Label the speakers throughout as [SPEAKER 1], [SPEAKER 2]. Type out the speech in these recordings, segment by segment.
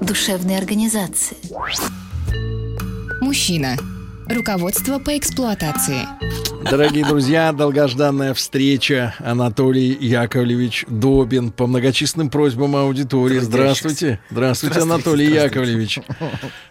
[SPEAKER 1] душевной организации.
[SPEAKER 2] Мужчина. Руководство по эксплуатации.
[SPEAKER 3] Дорогие друзья, долгожданная встреча. Анатолий Яковлевич Добин по многочисленным просьбам аудитории. Здравствуйте. Здравствуйте, Анатолий Яковлевич.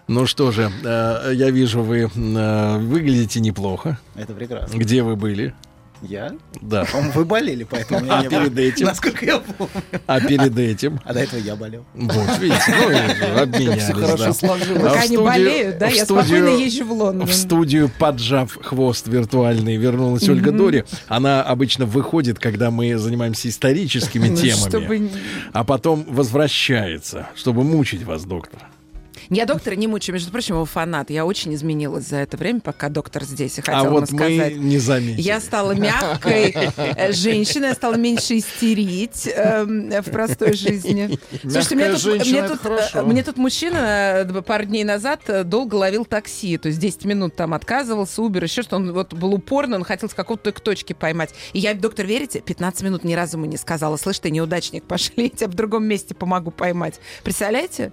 [SPEAKER 3] Ну что же, э, я вижу, вы э, выглядите неплохо.
[SPEAKER 4] Это прекрасно.
[SPEAKER 3] Где вы были?
[SPEAKER 4] Я?
[SPEAKER 3] Да.
[SPEAKER 4] По-моему, вы болели, поэтому меня не
[SPEAKER 3] А
[SPEAKER 4] было.
[SPEAKER 3] перед этим?
[SPEAKER 4] Насколько я помню.
[SPEAKER 3] А перед этим?
[SPEAKER 4] А до этого я болел.
[SPEAKER 3] Вот, видите, ну, и обменялись, да. А в
[SPEAKER 5] Пока не
[SPEAKER 3] студию-
[SPEAKER 5] болеют, да,
[SPEAKER 3] в
[SPEAKER 5] я
[SPEAKER 3] студию-
[SPEAKER 5] спокойно езжу в Лондон.
[SPEAKER 3] В студию, поджав хвост виртуальный, вернулась Ольга Дори. Она обычно выходит, когда мы занимаемся историческими
[SPEAKER 5] Ну,
[SPEAKER 3] темами,
[SPEAKER 5] чтобы не-
[SPEAKER 3] а потом возвращается, чтобы мучить вас, доктор.
[SPEAKER 5] Я доктора не мучаю, между прочим, его фанат. Я очень изменилась за это время, пока доктор здесь, и
[SPEAKER 3] А
[SPEAKER 5] хотела
[SPEAKER 3] вот
[SPEAKER 5] ему
[SPEAKER 3] мы
[SPEAKER 5] сказать.
[SPEAKER 3] не заметили.
[SPEAKER 5] Я стала мягкой э, женщиной, я стала меньше истерить эм, в простой жизни. Слушайте, мне тут,
[SPEAKER 6] женщина,
[SPEAKER 5] мне
[SPEAKER 6] это
[SPEAKER 5] тут, э,
[SPEAKER 6] хорошо.
[SPEAKER 5] мне тут мужчина э, пару дней назад э, долго ловил такси, то есть 10 минут там отказывался, Uber, еще что он вот был упорный, он хотел с какого-то к точке поймать. И я, доктор, верите, 15 минут ни разу ему не сказала, слышь, ты неудачник, пошли, я тебя в другом месте помогу поймать. Представляете?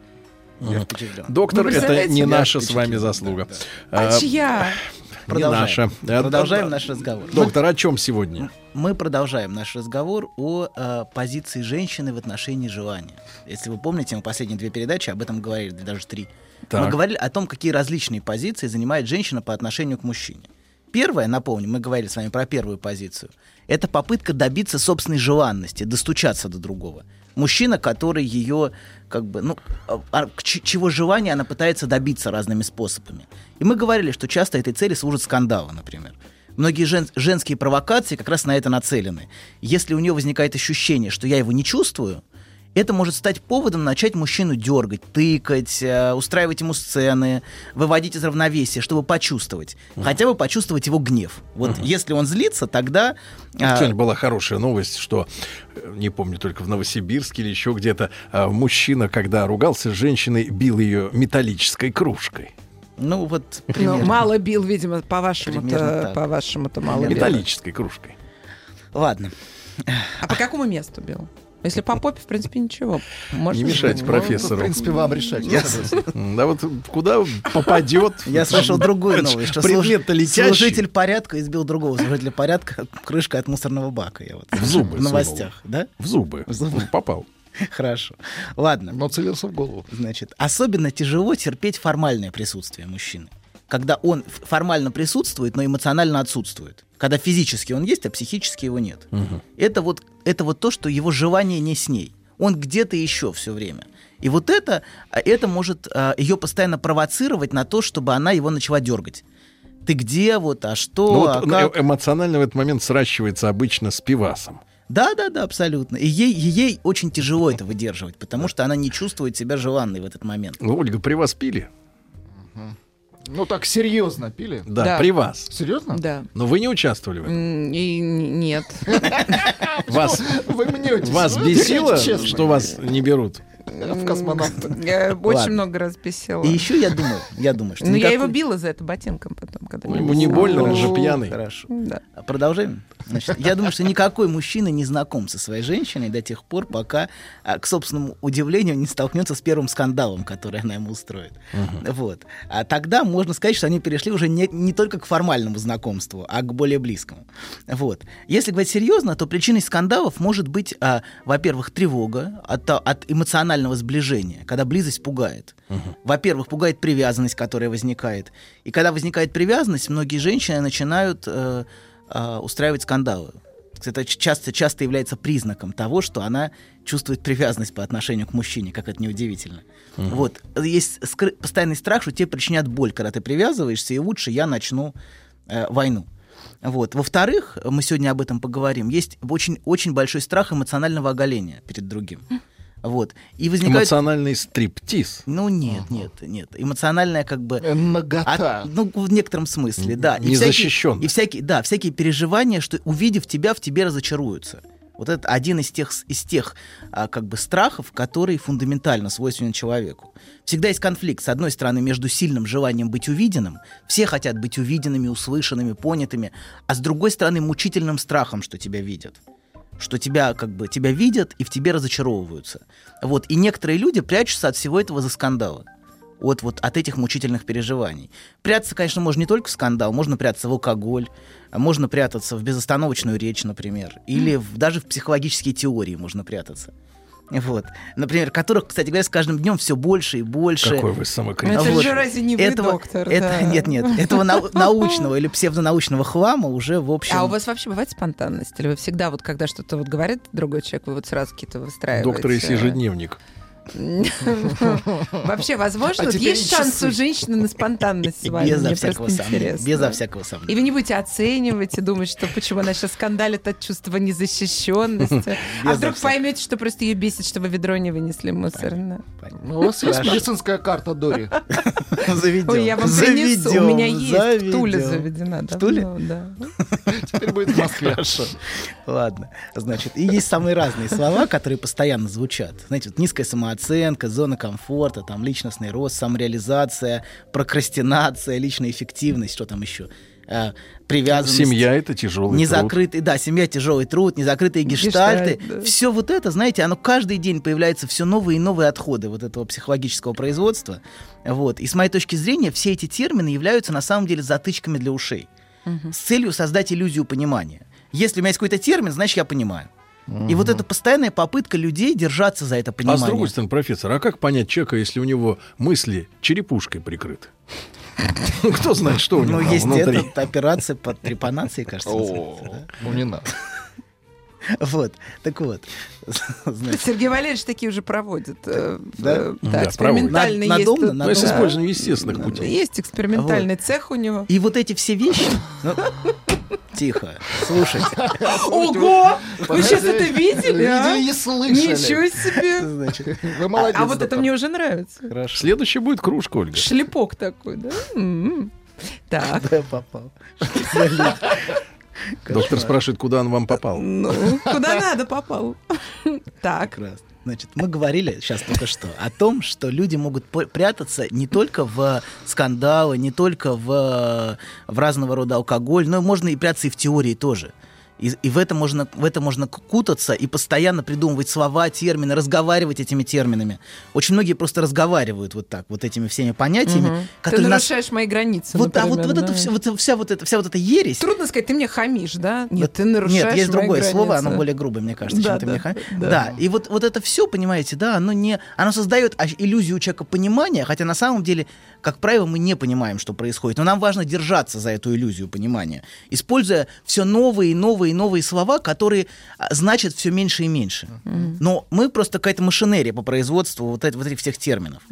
[SPEAKER 4] Я впечатлен.
[SPEAKER 3] Доктор,
[SPEAKER 5] Вы
[SPEAKER 3] это
[SPEAKER 5] представляете,
[SPEAKER 3] не
[SPEAKER 5] я
[SPEAKER 3] наша с
[SPEAKER 4] впечатлен,
[SPEAKER 3] вами заслуга.
[SPEAKER 5] А
[SPEAKER 3] А,
[SPEAKER 5] чья?
[SPEAKER 3] не наша.
[SPEAKER 4] Продолжаем.
[SPEAKER 3] Э,
[SPEAKER 4] Продолжаем
[SPEAKER 3] да.
[SPEAKER 4] наш разговор.
[SPEAKER 3] Доктор, о чем сегодня?
[SPEAKER 4] Мы продолжаем наш разговор о э, позиции женщины в отношении желания. Если вы помните, мы последние две передачи об этом говорили, да даже три.
[SPEAKER 3] Так.
[SPEAKER 4] Мы говорили о том, какие различные позиции занимает женщина по отношению к мужчине. Первое, напомню, мы говорили с вами про первую позицию. Это попытка добиться собственной желанности, достучаться до другого. Мужчина, который ее, как бы, ну, а- а к ч- чего желания она пытается добиться разными способами. И мы говорили, что часто этой цели служат скандалы, например. Многие жен- женские провокации как раз на это нацелены. Если у нее возникает ощущение, что я его не чувствую, это может стать поводом начать мужчину дергать, тыкать, э, устраивать ему сцены, выводить из равновесия, чтобы почувствовать. Хотя бы почувствовать его гнев. Вот если он злится, тогда... а,
[SPEAKER 3] Сегодня была хорошая новость, что, э, не помню, только в Новосибирске или еще где-то, э, мужчина, когда ругался с женщиной, бил ее металлической кружкой.
[SPEAKER 4] ну вот,
[SPEAKER 5] Ну,
[SPEAKER 4] примерно.
[SPEAKER 5] мало бил, видимо, по
[SPEAKER 4] Примерно
[SPEAKER 5] вашему-то,
[SPEAKER 4] так.
[SPEAKER 5] по вашему-то мало бил.
[SPEAKER 3] Металлической кружкой.
[SPEAKER 4] Ладно.
[SPEAKER 3] Ну,
[SPEAKER 5] А по какому месту бил? Если по попе, в принципе, ничего. Может,
[SPEAKER 3] Не мешайте
[SPEAKER 6] В
[SPEAKER 3] профессору.
[SPEAKER 6] принципе, вам решать.
[SPEAKER 4] Я-
[SPEAKER 3] М, Да вот куда попадет.
[SPEAKER 4] Я слышал другую новость, что служ-
[SPEAKER 3] предмет-то летящий.
[SPEAKER 4] служитель порядка избил другого служителя порядка крышкой от мусорного бака. Я вот
[SPEAKER 3] В зубы
[SPEAKER 4] В новостях, да?
[SPEAKER 3] В зубы. Ну,
[SPEAKER 4] В зубы.
[SPEAKER 3] Попал.
[SPEAKER 4] Хорошо. Ладно.
[SPEAKER 6] Но целился в голову.
[SPEAKER 4] Значит, особенно тяжело терпеть формальное присутствие мужчины. Когда он ф- формально присутствует, но эмоционально отсутствует. Когда физически он есть, а психически его нет. Это, вот, это вот то, что его желание не с ней. Он где-то еще все время. И вот это, а, это может а, ее постоянно провоцировать на то, чтобы она его начала дергать. Ты где вот, а что,
[SPEAKER 3] Ну вот
[SPEAKER 4] а
[SPEAKER 3] э-
[SPEAKER 4] как?
[SPEAKER 3] эмоционально в этот момент сращивается обычно с пивасом.
[SPEAKER 4] Да, да, да, абсолютно. И ей, и ей очень тяжело это выдерживать, потому что она не чувствует себя желанной в этот момент.
[SPEAKER 3] Ну, Ольга, при вас пили?
[SPEAKER 6] Ну так серьезно пили?
[SPEAKER 3] Да,
[SPEAKER 5] Да.
[SPEAKER 3] при вас.
[SPEAKER 6] Серьезно?
[SPEAKER 5] Ну Да.
[SPEAKER 3] Но вы не участвовали в этом.
[SPEAKER 5] М, И н- нет.
[SPEAKER 3] Вас,
[SPEAKER 6] Вы мнетесь.
[SPEAKER 3] вас
[SPEAKER 6] Ну,
[SPEAKER 3] бесило,
[SPEAKER 6] отвечайте честно.
[SPEAKER 3] что вас не берут?
[SPEAKER 6] В космонавты.
[SPEAKER 5] Я Очень много раз бесила.
[SPEAKER 4] И еще я думаю, я думаю, что...
[SPEAKER 5] Но Ну, я
[SPEAKER 4] никакой-
[SPEAKER 5] его била за это ботинком потом, когда меня
[SPEAKER 3] Ну, Ему не
[SPEAKER 5] бесила.
[SPEAKER 3] больно, он же пьяный.
[SPEAKER 4] Хорошо.
[SPEAKER 5] Да.
[SPEAKER 4] А Продолжаем. Значит, я думаю, что никакой мужчина не знаком со своей женщиной до тех пор, пока, а, к собственному удивлению, не столкнется с первым скандалом, который она ему устроит. Вот. А тогда можно сказать, что они перешли уже не, не только к формальному знакомству, а к более близкому. Вот. Если говорить серьезно, то причиной скандалов может быть, а, во-первых, тревога от, то- от эмоционального сближения, когда близость пугает. Во-первых, пугает привязанность, которая возникает. И когда возникает привязанность, многие женщины начинают... э, а, устраивать скандалы. Это ч- часто, часто является признаком того, что она чувствует привязанность по отношению к мужчине, как это неудивительно. Вот. Есть скры- постоянный страх, что тебе причинят боль, когда ты привязываешься, и лучше я начну э, войну. Вот. Во-вторых, мы сегодня об этом поговорим, есть очень, очень большой страх эмоционального оголения перед другим. Вот. И возникает...
[SPEAKER 3] Эмоциональный стриптиз.
[SPEAKER 4] Ну нет, нет, нет. Эмоциональная как бы...
[SPEAKER 6] Э, Нагота.
[SPEAKER 4] От- ну, в некотором смысле, да. И всякие-
[SPEAKER 3] Незащищённая.
[SPEAKER 4] И всякие, да, всякие переживания, что увидев тебя, в тебе разочаруются. Вот это один из тех, с- из тех а, как бы страхов, который фундаментально свойственен человеку. Всегда есть конфликт, с одной стороны, между сильным желанием быть увиденным, все хотят быть увиденными, услышанными, понятыми, а с другой стороны, мучительным страхом, что тебя видят что тебя как бы тебя видят и в тебе разочаровываются. Вот. И некоторые люди прячутся от всего этого за скандалы. От, вот, от этих мучительных переживаний. Прятаться, конечно, можно не только в скандал, можно прятаться в алкоголь, а можно прятаться в безостановочную речь, например, или в- даже в психологические теории можно прятаться. Вот. Например, которых, кстати говоря, с каждым днем все больше и больше. А
[SPEAKER 3] Какой вы
[SPEAKER 5] Ну,
[SPEAKER 3] самокритик.
[SPEAKER 5] это
[SPEAKER 4] вот.
[SPEAKER 5] же разве не вы,
[SPEAKER 4] Этого-
[SPEAKER 5] доктор?
[SPEAKER 4] это-
[SPEAKER 5] да?
[SPEAKER 4] Нет, нет, этого нау- научного или псевдонаучного хлама уже, в общем...
[SPEAKER 5] А у вас вообще бывает спонтанность? Или вы всегда, вот когда что-то вот говорит другой человек, вы вот сразу какие-то выстраиваете?
[SPEAKER 3] Доктор Иси ежедневник.
[SPEAKER 5] Вообще, возможно,
[SPEAKER 6] А
[SPEAKER 5] вот
[SPEAKER 6] теперь
[SPEAKER 5] есть шанс
[SPEAKER 6] часы.
[SPEAKER 5] у женщины на спонтанность с вами?
[SPEAKER 4] Безо
[SPEAKER 5] Мне
[SPEAKER 4] всякого,
[SPEAKER 5] просто
[SPEAKER 4] сомнения,
[SPEAKER 5] интересно.
[SPEAKER 4] безо всякого сомнения.
[SPEAKER 5] И вы не будете оценивать и думать, что почему она сейчас скандалит от чувства незащищенности. А
[SPEAKER 4] Безо
[SPEAKER 5] вдруг
[SPEAKER 4] всякого.
[SPEAKER 5] поймете, что просто ее бесит, что вы ведро не вынесли мусорно.
[SPEAKER 6] Ну, У вас есть медицинская карта Дори?
[SPEAKER 4] Заведем.
[SPEAKER 5] Ой, я вам принесу. У меня есть. В Туле заведена.
[SPEAKER 4] В Туле?
[SPEAKER 5] давно, да.
[SPEAKER 6] Теперь будет в Москве.
[SPEAKER 4] Ладно. Значит, и есть самые разные слова, которые постоянно звучат. Знаете, вот низкая самооценка, зона комфорта, там личностный рост, самореализация, прокрастинация, личная эффективность, что там еще? Э, привязанность.
[SPEAKER 3] Семья это тяжелый труд.
[SPEAKER 4] Незакрытый, да, семья тяжелый труд, незакрытые гештальты.
[SPEAKER 5] Гештальт, да.
[SPEAKER 4] Все вот это, знаете, оно каждый день появляется все новые и новые отходы вот этого психологического производства. Вот. И с моей точки зрения, все эти термины являются на самом деле затычками для ушей с целью создать иллюзию понимания. Если у меня есть какой-то термин, значит, я понимаю. И вот это постоянная попытка людей держаться за это
[SPEAKER 3] А
[SPEAKER 4] понимание.
[SPEAKER 3] с другой стороны, профессор, а как понять человека, если у него мысли черепушкой прикрыты? Ну, Кто знает, что у него
[SPEAKER 4] ну,
[SPEAKER 3] там
[SPEAKER 4] есть
[SPEAKER 3] внутри.
[SPEAKER 4] эта операция по трепанации, кажется, называется, да?
[SPEAKER 6] О, ну не надо.
[SPEAKER 4] Вот, так вот. Значит,
[SPEAKER 5] Ну, Сергей Валерьевич такие уже проводит. э, в-
[SPEAKER 4] Да?
[SPEAKER 5] э,
[SPEAKER 3] Да,
[SPEAKER 5] Да, экспериментальный
[SPEAKER 4] проводит.
[SPEAKER 5] есть.
[SPEAKER 4] Надомно,
[SPEAKER 5] тут-
[SPEAKER 3] Ну, если
[SPEAKER 4] Да.
[SPEAKER 3] использованием естественных путей.
[SPEAKER 5] Есть экспериментальный цех у него.
[SPEAKER 4] И вот эти все вещи... ну, Тихо, слушайте.
[SPEAKER 5] Ого! Вы сейчас это
[SPEAKER 6] Подожди.
[SPEAKER 5] видели, а?
[SPEAKER 6] Видели и слышали.
[SPEAKER 5] Ничего себе!
[SPEAKER 4] Значит,
[SPEAKER 6] Вы молодец,
[SPEAKER 5] А вот это
[SPEAKER 6] доктор.
[SPEAKER 5] мне уже нравится.
[SPEAKER 4] хорошо.
[SPEAKER 3] Следующий будет кружка, Ольга.
[SPEAKER 5] Шлепок такой, да? М. Так,
[SPEAKER 4] Да, я попал.
[SPEAKER 3] Доктор спрашивает, куда он вам попал.
[SPEAKER 5] ну,
[SPEAKER 4] Э?
[SPEAKER 5] куда надо попал. Так,
[SPEAKER 4] Прекрасно. Значит, мы говорили сейчас только что о том, что люди могут по- прятаться не только в скандалы, не только в, в разного рода алкоголь, но можно и прятаться и в теории тоже. И, и в, это можно, в это можно к- кутаться и постоянно придумывать слова, термины, разговаривать этими терминами. Очень многие просто разговаривают вот так, вот этими всеми понятиями,
[SPEAKER 5] ты
[SPEAKER 4] которые нас-
[SPEAKER 5] нарушаешь мои границы,
[SPEAKER 4] Вот, а вот,
[SPEAKER 5] например,
[SPEAKER 4] вот это
[SPEAKER 5] да.
[SPEAKER 4] всё- вот вся вот эта вся вот эта ересь.
[SPEAKER 5] Трудно сказать, ты мне хамишь, да? Нет,
[SPEAKER 4] Вот-
[SPEAKER 5] ты нарушаешь
[SPEAKER 4] Нет, есть
[SPEAKER 5] мои
[SPEAKER 4] другое слово, оно
[SPEAKER 5] границы.
[SPEAKER 4] более грубое, мне кажется, чем
[SPEAKER 5] Да,
[SPEAKER 4] ты
[SPEAKER 5] да,
[SPEAKER 4] мне ха-
[SPEAKER 5] да.
[SPEAKER 4] Да. и вот, вот это все, понимаете, да, оно не. Оно создает аж иллюзию у человека понимания, хотя на самом деле, как правило, мы не понимаем, что происходит. Но нам важно держаться за эту иллюзию понимания, используя все новые и новые и новые слова, которые а, значат все меньше и меньше. Но мы просто какая-то машинерия по производству вот, эт- вот этих всех терминов.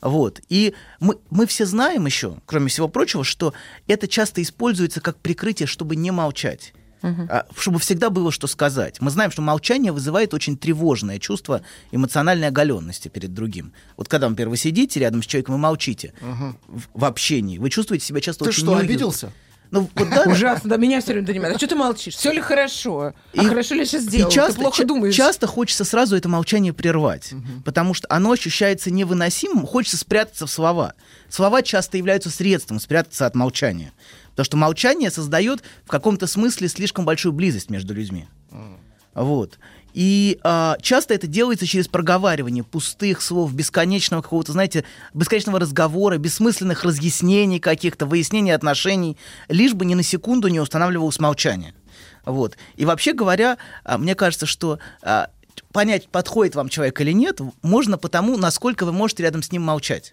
[SPEAKER 4] Вот. И мы, мы все знаем еще, кроме всего прочего, что это часто используется как прикрытие, чтобы не молчать. А, Чтобы всегда было что сказать. Мы знаем, что молчание вызывает очень тревожное чувство эмоциональной оголенности перед другим. Вот когда, например, вы сидите рядом с человеком и молчите в, в общении, вы чувствуете себя часто
[SPEAKER 6] Ты
[SPEAKER 4] очень
[SPEAKER 6] что,
[SPEAKER 4] неуютно.
[SPEAKER 6] обиделся?
[SPEAKER 4] Ну, вот да.
[SPEAKER 5] Ужасно, да, меня все время донимает. А что ты молчишь? Все ли хорошо? А
[SPEAKER 4] И-
[SPEAKER 5] хорошо ли я сейчас сделал?
[SPEAKER 4] И часто,
[SPEAKER 5] ты плохо
[SPEAKER 4] ча-
[SPEAKER 5] думаешь.
[SPEAKER 4] часто хочется сразу это молчание прервать, потому что оно ощущается невыносимым, хочется спрятаться в слова. Слова часто являются средством спрятаться от молчания. Потому что молчание создает в каком-то смысле слишком большую близость между людьми. Вот. И а, часто это делается через проговаривание пустых слов, бесконечного какого-то, знаете, бесконечного разговора, бессмысленных разъяснений каких-то, выяснений отношений, лишь бы ни на секунду не устанавливалось молчание. Вот. И вообще говоря, а, мне кажется, что а, понять, подходит вам человек или нет, можно потому, насколько вы можете рядом с ним молчать.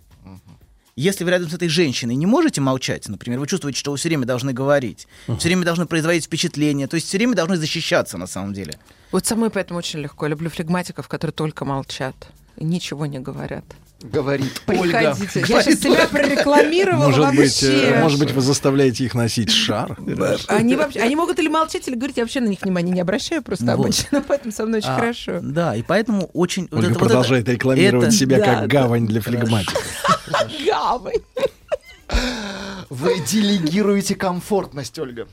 [SPEAKER 4] Если вы рядом с этой женщиной не можете молчать, например, вы чувствуете, что вы все время должны говорить, все время должны производить впечатление, то есть все время должны защищаться на самом деле.
[SPEAKER 5] Вот самой поэтому очень легко. Я люблю флегматиков, которые только молчат и ничего не говорят.
[SPEAKER 6] говорит Ольга.
[SPEAKER 5] Приходите. Я сейчас себя прорекламировала
[SPEAKER 3] Может быть,
[SPEAKER 5] вообще.
[SPEAKER 3] э, может быть, вы заставляете их носить шар?
[SPEAKER 5] Они, вообще, они могут или молчать, или говорить, я вообще на них внимания не обращаю просто
[SPEAKER 4] Вот.
[SPEAKER 5] обычно, поэтому со мной очень
[SPEAKER 4] А,
[SPEAKER 5] хорошо.
[SPEAKER 4] Да, и поэтому очень... вот
[SPEAKER 3] Ольга
[SPEAKER 4] это- вот
[SPEAKER 3] продолжает
[SPEAKER 4] это-
[SPEAKER 3] рекламировать
[SPEAKER 4] это-
[SPEAKER 3] себя
[SPEAKER 4] да,
[SPEAKER 3] как
[SPEAKER 4] да.
[SPEAKER 3] гавань для флегматиков.
[SPEAKER 5] Гавань.
[SPEAKER 6] Вы делегируете комфортность, Ольга.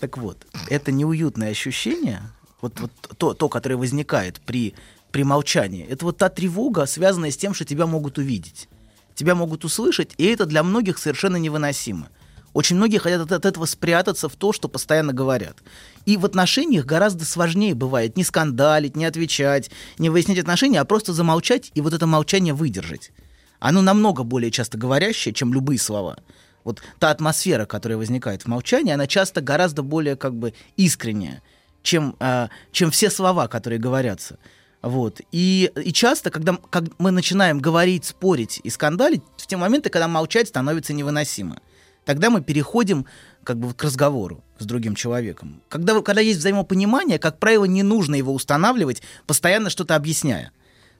[SPEAKER 4] Так вот, это неуютное ощущение, вот, вот то, то, которое возникает при, при молчании, это вот та тревога, связанная с тем, что тебя могут увидеть, тебя могут услышать, и это для многих совершенно невыносимо. Очень многие хотят от, от этого спрятаться в то, что постоянно говорят. И в отношениях гораздо сложнее бывает не скандалить, не отвечать, не выяснять отношения, а просто замолчать и вот это молчание выдержать. Оно намного более часто говорящее, чем любые слова. Вот та атмосфера, которая возникает в молчании, она часто гораздо более как бы искренняя, чем, э, чем все слова, которые говорятся. Вот. И, и часто, когда м- как мы начинаем говорить, спорить и скандалить, в те моменты, когда молчать становится невыносимо. Тогда мы переходим как бы к разговору с другим человеком. Когда, когда есть взаимопонимание, как правило, не нужно его устанавливать, постоянно что-то объясняя.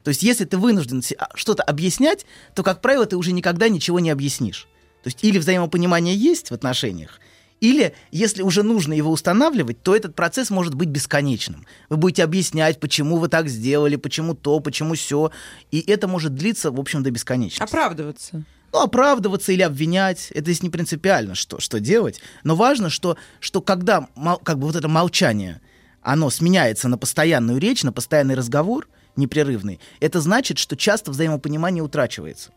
[SPEAKER 4] То есть, если ты вынужден се- а, что-то объяснять, то, как правило, ты уже никогда ничего не объяснишь. То есть, или взаимопонимание есть в отношениях, или, если уже нужно его устанавливать, то этот процесс может быть бесконечным. Вы будете объяснять, почему вы так сделали, почему то, почему все. И это может длиться, в общем, до бесконечности.
[SPEAKER 5] Оправдываться.
[SPEAKER 4] Ну, оправдываться или обвинять, это здесь не принципиально, что, что делать. Но важно, что, что когда мол- как бы вот это молчание, оно сменяется на постоянную речь, на постоянный разговор, непрерывный, это значит, что часто взаимопонимание утрачивается.